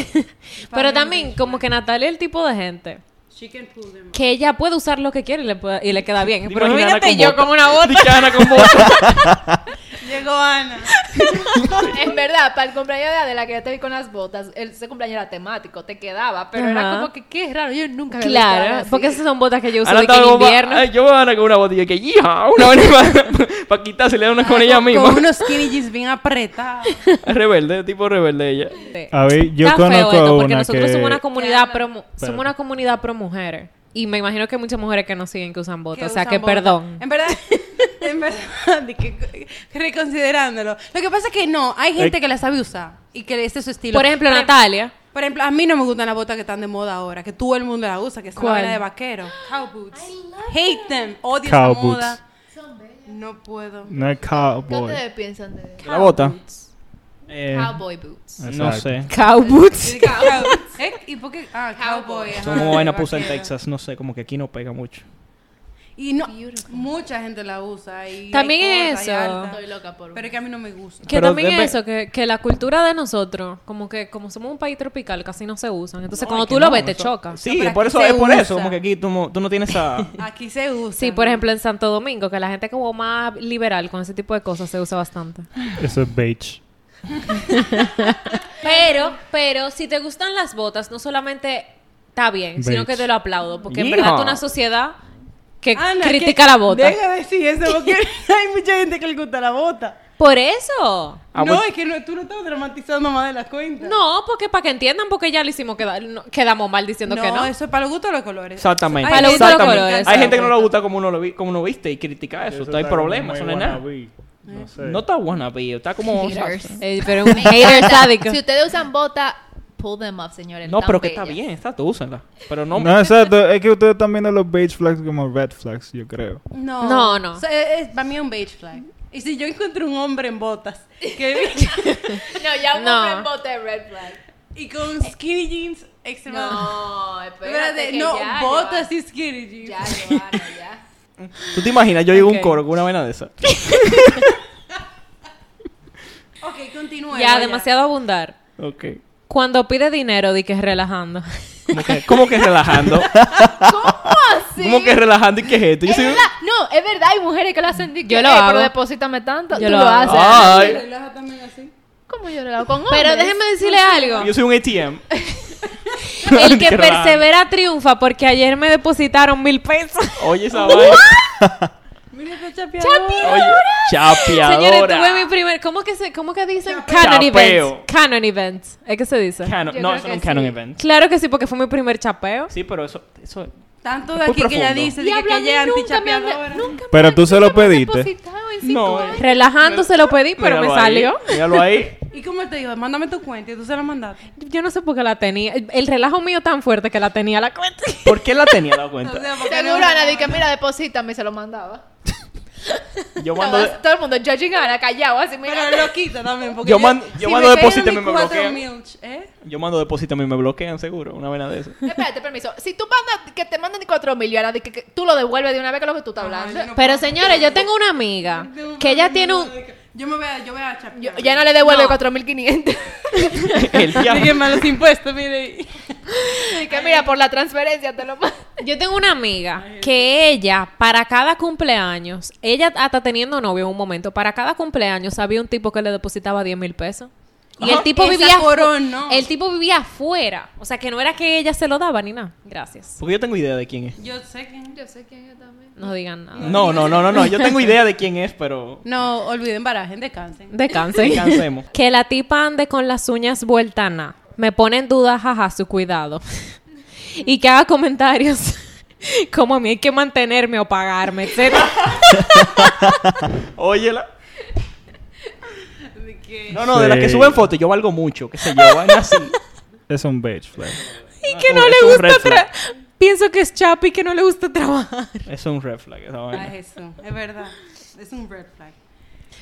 Pero también, como que Natalia es el tipo de gente
She can pull them
que ella puede usar lo que quiere y le, puede- y le queda bien.
Dime
Pero
a Ana
imagínate
con
yo
bota.
con una bota.
Dije, Ana, con bota.
off. Llegó Ana.
En verdad, para el cumpleaños de Adela, que yo te vi con las botas, el- ese cumpleaños era temático, te quedaba, pero era
Ajá.
como que qué raro, yo nunca había visto algo
Claro,
así.
porque esas son botas que yo uso
Ana
de que
estaba
en
como,
invierno.
"Ay, yo voy a Ana con una botella que ¡yija! Una vaina para quitarse y le da una con ella misma.
Con unos skinny jeans bien apretados.
Rebelde, tipo rebelde ella.
A ver, yo
Está feo
conozco
esto,
a
porque
una
nosotros
que...
somos una comunidad pro,
Espérate.
somos una comunidad pro mujeres y me imagino que hay muchas mujeres que nos siguen que usan botas,
que
o sea
usan
que
botas.
perdón.
En verdad, en verdad, de que- reconsiderándolo. Lo que pasa es que no, hay gente
Eh.
que la sabe usar y que ese es su estilo.
Por ejemplo,
por,
Natalia,
por ejemplo, a mí no me gustan las botas que están de moda ahora, que todo el mundo la usa, que es una
¿Cuál?
vaina de vaquero. Cow boots. Hate them. Odio
Cow
esa moda.
boots.
No puedo.
No es
¿Qué
cowboy.
ustedes piensan de
¿La bota? Eh.
cowboy boots?
no
Exacto.
sé.
cow boots.
Y, cow- ¿Eh? ¿Y por qué? Ah, cowboy. ajá,
Son como vaina pusa en
vaquero.
Texas, no sé, como que aquí no pega mucho.
Y no,
Beautiful.
mucha gente la usa. Y
También
hay
eso.
hay alta.
Estoy loca por
Pero es que a mí no me gusta.
Que
Pero
también
debe-
es eso, que, que la cultura de nosotros, como que como somos un país tropical, casi no se usan. Entonces,
No,
cuando
es que
tú lo
no,
ves, te
eso-
choca. Sí.
Sí,
pero
por
aquí
eso,
se
es por
usa.
eso, como que aquí tú, mo- tú no tienes esa...
Aquí se usa.
por ejemplo, en Santo Domingo, que la gente como más liberal con ese tipo de cosas se usa bastante.
Eso es beige.
Pero, pero, si te gustan las botas, no solamente está bien, sino
Beige.
que te lo aplaudo, porque en
Yeehaw.
verdad es una sociedad que
Ana,
critica
Ah, que-
la bota.
Deja de decir eso porque hay mucha gente que le gusta la bota.
Por eso.
Ah,
no,
bueno.
es que no, tú no estás dramatizando más de las cuentas.
No, porque para que entiendan, porque ya lo hicimos quedar, no- quedamos mal diciendo
no,
que no.
eso es para el gusto de los colores.
Exactamente.
Para los gustos de los
Exactamente.
colores,
Hay gente que
exacto.
no le gusta como uno lo vi, como uno viste y critica eso. no hay problema, eso no es nada.
No sé.
No está wannabe, está como.
Haters.
Eh, pero un hater sádico.
Si ustedes usan bota, pull them up, señores.
No,
tan
pero que está
bellas.
bien, está, tú úsenla. Pero no.
No, exacto. Es que ustedes están viendo los beige flags como red flags, yo creo.
No,
No, no.
So, es- es- para mí es un beige flag. Y si yo encuentro un hombre en botas que-
No, ya un
No.
hombre en bota es red flag.
y con skinny jeans extremadamente.
No, espérate.
Espérate,
que
no,
ya,
botas y skinny jeans.
Ya, ya, Giovanna, ya.
Tú te imaginas, yo llego a
Ok.
un coro con una vaina de esa.
Ok, continúa.
ya, demasiado abundar.
Ok.
Cuando pide dinero, di que es relajando.
Como que, como que relajando.
¿Cómo así?
Como que relajando y que es esto. Yo
Es
soy-
verdad, no, es verdad, hay mujeres que lo hacen de que,
Yo lo
"Eh,
hago.
pero deposítame tanto,
Yo
tú
lo
lo,
hago.
haces.
Se
Ay,
relaja también así.
¿Cómo yo lo hago con
Pero
hombres?
déjeme decirle algo.
yo soy un ATM.
El que
Qué raro.
persevera triunfa porque ayer me depositaron mil pesos.
Oye, esa vaina.
Mira este esta chapeadora.
Oye,
Señores,
chapeadora.
tuve mi primer... ¿Cómo que, se, cómo que dicen?
Chapeo.
Canon
Chapeo.
events. Canon events. ¿Es que se dice?
Canon-
Yo
No,
creo
eso
que
no es un canon
sí.
event.
Claro que sí, porque fue mi primer chapeo.
Sí, pero eso. eso...
Tanto de
Muy
aquí que ella
profundo.
dice,
Y
dije que
hablando,
ella es
nunca me han de-
antichapeadora.
nunca me
Pero
han-
tú se
nunca
lo
me han
pediste.
depositado en cinco
No,
años.
Relajándose lo pedí, pero me
Míralo ahí,
salió.
Míralo ahí.
¿Y cómo él te dijo? Mándame tu cuenta y tú se la mandaste.
Yo no sé por qué la tenía. El, el relajo mío tan fuerte que la tenía la cuenta.
¿Por qué la tenía dado
O
cuenta?
sea, porque
Seguro
no-
Ana dije, mira, deposítame y se lo mandaba.
Yo mando.
Todo, todo el mundo judging a Ana callado, así mira.
Pero lo quita también. Porque
Yo mando- yo mando
caen
depósito y
mis
me
cuatro
bloquean.
milch, ¿eh?
Yo mando depósitame y me bloquean seguro, una vena de esas.
Espérate, permiso. Si tú mandas, que te manden 4 mil, Ana, de que, que tú lo devuelves de una vez que es lo que tú estás hablando.
Ay, no
Pero
puedo.
señores, yo tengo una amiga
Tengo
que ella tiene un...
problema. Yo me voy a, yo voy a chapear.
Yo- ya no le devuelve
No.
4500.
El diablo.
Díganme los impuestos, mire.
Así que mira, por la transferencia te lo mando.
Yo tengo una amiga que ella, para cada cumpleaños, ella hasta teniendo novio en un momento, para cada cumpleaños había un tipo que le depositaba 10 mil pesos. Y el
Ajá.
tipo
Esa
vivía afu-
coronó.
el tipo vivía afuera, o sea que no era que ella se lo daba ni nada. Gracias.
Porque yo tengo idea de quién es.
Yo sé que...
Yo sé quién es también.
No digan nada.
No, no, no, no, no. Yo tengo idea de quién es, pero
No, olviden barajen, descansen.
Descansen.
Descansemos.
Que la tipa ande con las uñas vueltas na. Me pone en duda, jaja, su cuidado. y que haga comentarios como a mí hay que mantenerme o pagarme, etc.
óyela.
que...
No, no, de las que
Sí.
suben fotos, yo valgo mucho, qué sé yo, van así.
Es un beige flag.
Y que
un-
no
es un
le
red
gusta
flag.
tra- Pienso que es Chapi que no le gusta trabajar.
Es un red flag. esa vaina.
Ay, Jesús, es verdad. Es un red flag.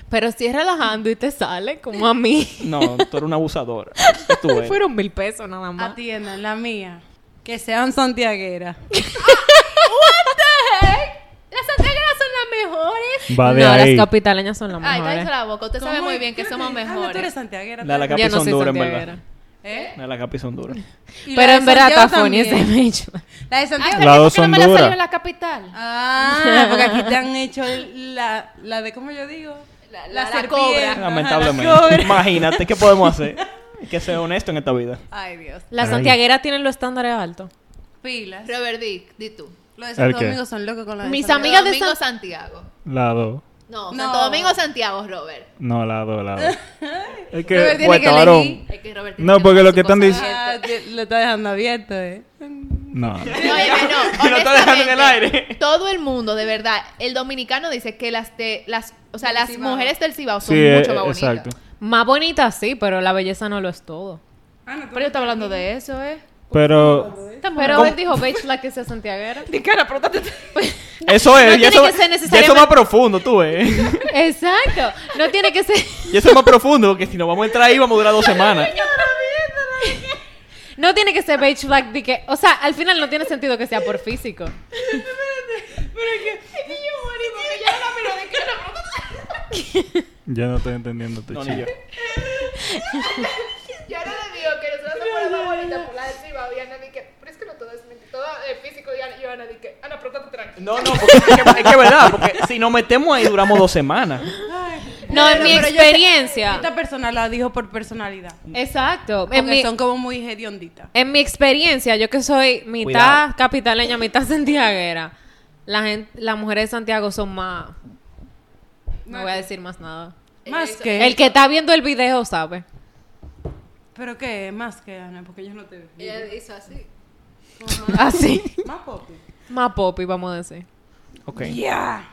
Pero si es relajando y te sale, como a mí.
No, tú eres una abusadora. ¿Qué tú eres?
Fueron mil pesos nada más.
Atiendan, la mía. Que sean santiaguera.
Las santiagueras son las mejores.
Va de
no,
ahí.
las capitaleñas son las
Ay,
mejores.
cállate la boca. Usted sabe muy bien que somos
Ah, no, tú eres
mejores.
santiaguera.
La de la
tú eres-
capi
Yo no
son
soy
duras, en
santiaguera.
verdad.
¿Eh?
La de la capi son duras.
Y la
Pero
de
en verdad
Santiago
está funny ese
también.
bicho.
La de
Ay,
Santiago.
Las
¿por
dos
qué no
son
me la salió
duras.
en la capital?
Ah, porque aquí te han hecho la, la de, ¿cómo yo digo?
La- la- la
serpiente.
cobra.
Ajá, la
Ah, Lamentablemente.
cobra.
Imagínate, ¿qué podemos hacer? Hay que ser honesto en esta vida.
Ay, Dios.
Las
Ay.
santiagueras tienen los estándares altos.
Pilas.
Robert Dick, di tú.
Los de
¿El
Santo
qué?
Domingo son locos con los de
Mis
Ah, Santiago.
Amiga de
Domingo Santiago.
La dos.
No,
No.
Santo Domingo Santiago, Robert.
No, la dos, la dos. Es que,
Pero tiene
bueno,
que
varón.
elegir.
Es que Robert
No,
tiene
porque
dejar
lo
su
que están
cosa
dic-
abierta.
Ah, te- lo está dejando abierto, ¿eh?
No.
No, oye, no,
Y lo está dejando en el
honestamente,
aire.
Todo el mundo, de verdad, el dominicano dice que las de las, o sea, las mujeres del Cibao
Sí,
son
eh,
mucho más bonitas.
exacto.
Más bonitas sí, pero la belleza no lo es todo.
Pero yo estaba hablando de eso, ¿eh?
Pero
Pero él dijo, bitch, la que sea santiaguera.
eso es,
No
y
tiene
eso,
que ser
y eso
necesariamente-
más profundo, tú ves.
Exacto. No tiene que ser...
Y eso es más profundo, porque si nos vamos a entrar ahí, vamos a durar dos semanas.
No tiene que ser beige black de que, o sea, al final no tiene sentido que sea por físico.
yo no estoy entendiendo tu
No, ni
chiste.
yo.
Yo ahora le digo que nosotros somos las más bonitas por la del Cibao y Ana dice, pero es que no todo es todo es físico y Ana dice, Ana, pronto tranquila.
No, no, porque es que es que es verdad, porque si nos metemos ahí, duramos dos semanas.
No, en mi
pero yo sé-
experiencia.
Esta persona la dijo por personalidad.
Exacto.
Porque
En mi,
son como muy hedionditas.
en mi experiencia, yo que soy mitad
Cuidado.
capitaleña, mitad santiaguera, la gen- las mujeres de Santiago son más... No voy a decir más nada.
Más
Eso-
que.
Eh, El que está viendo el video sabe.
¿Pero qué? Más que, Ana, porque yo no te veo.
Eh,
Ella hizo así. ¿Ah,
Así.
Más poco.
Más popi, vamos a decir.
Ok.
Ya.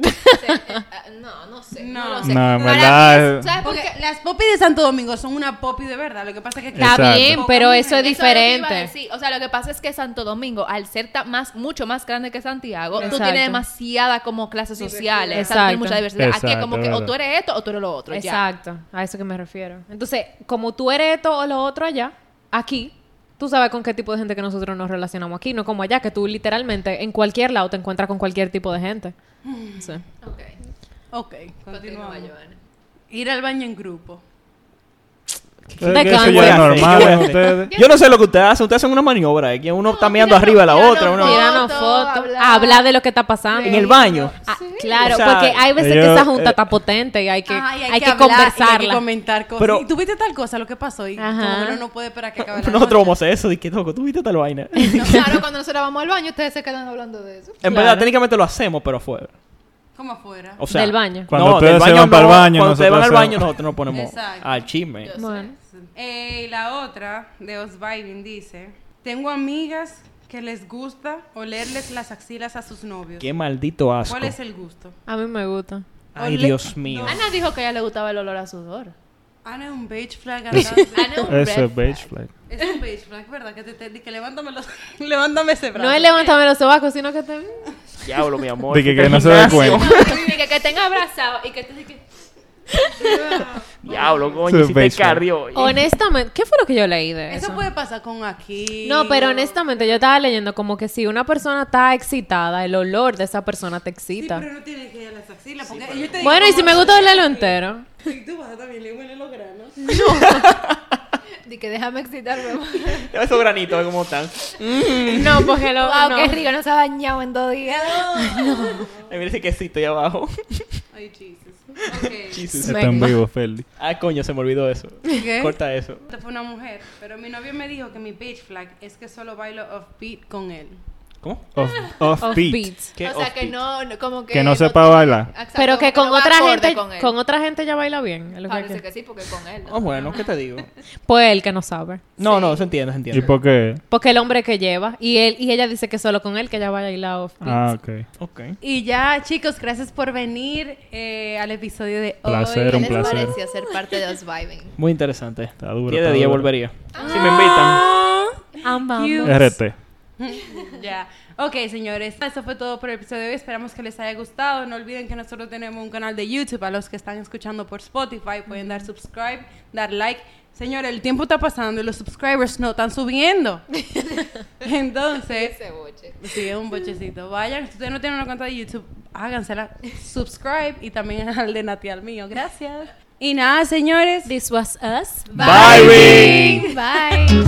Se- eh, ah, No, no sé.
No.
No, lo sé.
No,
Para
en
mí
verdad, eh.
es- ¿Sabes por
Porque
qué?
las popis de Santo Domingo son una popi de verdad. Lo que pasa es que
Está
Exacto.
bien,
Poca
pero
mujer.
eso es
Eso es lo que iba a
diferente.
decir. O sea, lo que pasa es que Santo Domingo, al ser ta- más, mucho más grande que Santiago, tú
Exacto.
tienes demasiada como clases sociales, o sea,
Exacto.
tienes mucha diversidad. Aquí es
Exacto,
como que o
verdad.
tú eres esto o tú eres lo otro. ya.
Exacto, a eso que me refiero. Entonces, como tú eres esto o lo otro allá, aquí, tú sabes con qué tipo de gente que nosotros nos relacionamos aquí, no como allá, que tú literalmente en cualquier lado te encuentras con cualquier tipo de gente.
Mm.
Sí.
Ok.
Ok,
Continúa,
continuamos.
Joana.
Ir al baño en grupo.
Es
De
Eh, que eso
cáncer.
ya es normal
Yo
en
voy a
ustedes.
Yo no sé lo que ustedes hacen, ustedes hacen una maniobra, es que uno está mirando arriba a la
tirando-
otra, uno
tirando-
Tiranos
Foto,
fotos,
hablar.
hablar de lo que está pasando.
en el baño.
Ah, claro,
O sea,
porque hay veces que
ellos,
esa junta
eh,
está potente y hay que,
Ah, y
hay que,
hablar,
conversarla.
y hay que comentar cosas.
Pero-
y tuviste tal cosa, lo que pasó. Y como
Ajá.
que uno no puede esperar que acabe la
Nosotros
noche.
vamos a hacer eso, de que loco, tú viste tal vaina.
No, claro, cuando nosotros vamos al baño, ustedes se quedan hablando de eso.
En
Claro.
verdad, técnicamente lo hacemos, pero afuera.
Como afuera.
O sea,
Del baño.
Cuando ustedes se van
no,
para el baño,
Cuando ustedes van al
nosotros
baño,
hacemos-
nosotros nos ponemos
Exacto.
al chisme.
Bueno.
Eh, y la otra de Osbiving dice: Tengo amigas que les gusta olerles las axilas a sus novios.
Qué maldito asco.
¿Cuál es el gusto?
A mí me gusta.
Ay,
Ole-
Dios mío.
Ana dijo que a ella le gustaba el olor a sudor.
Ana es un beige flag. andante.
Ana es un
Eso
red
es beige
flag.
flag.
es un beige flag, ¿verdad? Que te, te di que levántame, los, levántame ese brazo.
No es levantarme los sobacos, sino que te...
Diablo, mi amor.
De que,
fuiste
que no
al
se dé
gimnasio.
cuenta.
Y que, que tenga abrazado y que tú digas,
Diablo,
Eso
coño,
es
hiciste
beige flag.
cardio.
Oh.
oye.
Honestamente, ¿qué fue lo que yo leí de eso?
Eso puede pasar con aquí.
No, pero este honestamente yo estaba leyendo como que si una persona está excitada, el olor de esa persona te
Sí,
excita.
pero no tienes que ir a las axilas. Porque yo te digo
bueno, y si
cómo-
me gusta olerlo entero.
Si tú vas también le huele los granos.
di que déjame excitarme. mamá".
Esos granitos, ¿cómo están?
No, porque lo
Wow,
no.
qué rico, no se ha bañado en dos días.
Ay, mira ese quesito ahí abajo.
Ay, Jesus. Ok.
Jesus.
Está en
Venga.
vivo, Ferdi.
Ah, coño, se me olvidó eso.
¿Qué?
Corta eso.
Esta fue una mujer, pero mi novio me dijo que mi beach flag es que solo bailo offbeat con él.
¿Cómo?
Off, off beat.
Offbeat.
¿Qué
o sea, que
offbeat?
no, no- como que...
Que no sepa
tiene-
bailar.
Exacto,
Pero que con
no va
otra
acorde
gente
con él.
con otra gente ya baila bien. es lo que
Parece
hay que-
que sí, porque con él.
Ah, bueno, ¿qué te digo?
Pues el que no sabe.
No,
Sí.
no, se entiende, se
¿Y
entiende.
por qué?
Porque el hombre que lleva. Y él y ella dice que solo con él que ella va a bailar off
Ah, ok.
Ok.
Y ya, chicos, gracias por venir eh, al episodio de
Placer,
hoy.
un
¿Qué les
placer.
pareció ser parte de los vibing?
Muy interesante. Está
duro,
10 de
está
10
duro.
volvería. Si me invitan.
RT.
Ya. Ok, señores. Eso fue todo por el episodio de hoy. Esperamos que les haya gustado. No olviden que nosotros tenemos un canal de YouTube. A los que están escuchando por Spotify pueden dar subscribe, dar like. Señores, el tiempo está pasando y los subscribers no están subiendo. Entonces,
Ese boche.
sí, es un bochecito. Vayan, si ustedes no tienen una cuenta de YouTube, hágansela. Subscribe y también al de Natial mío. Gracias. Y nada, señores.
This was us.
Bye, Bing.
Bye.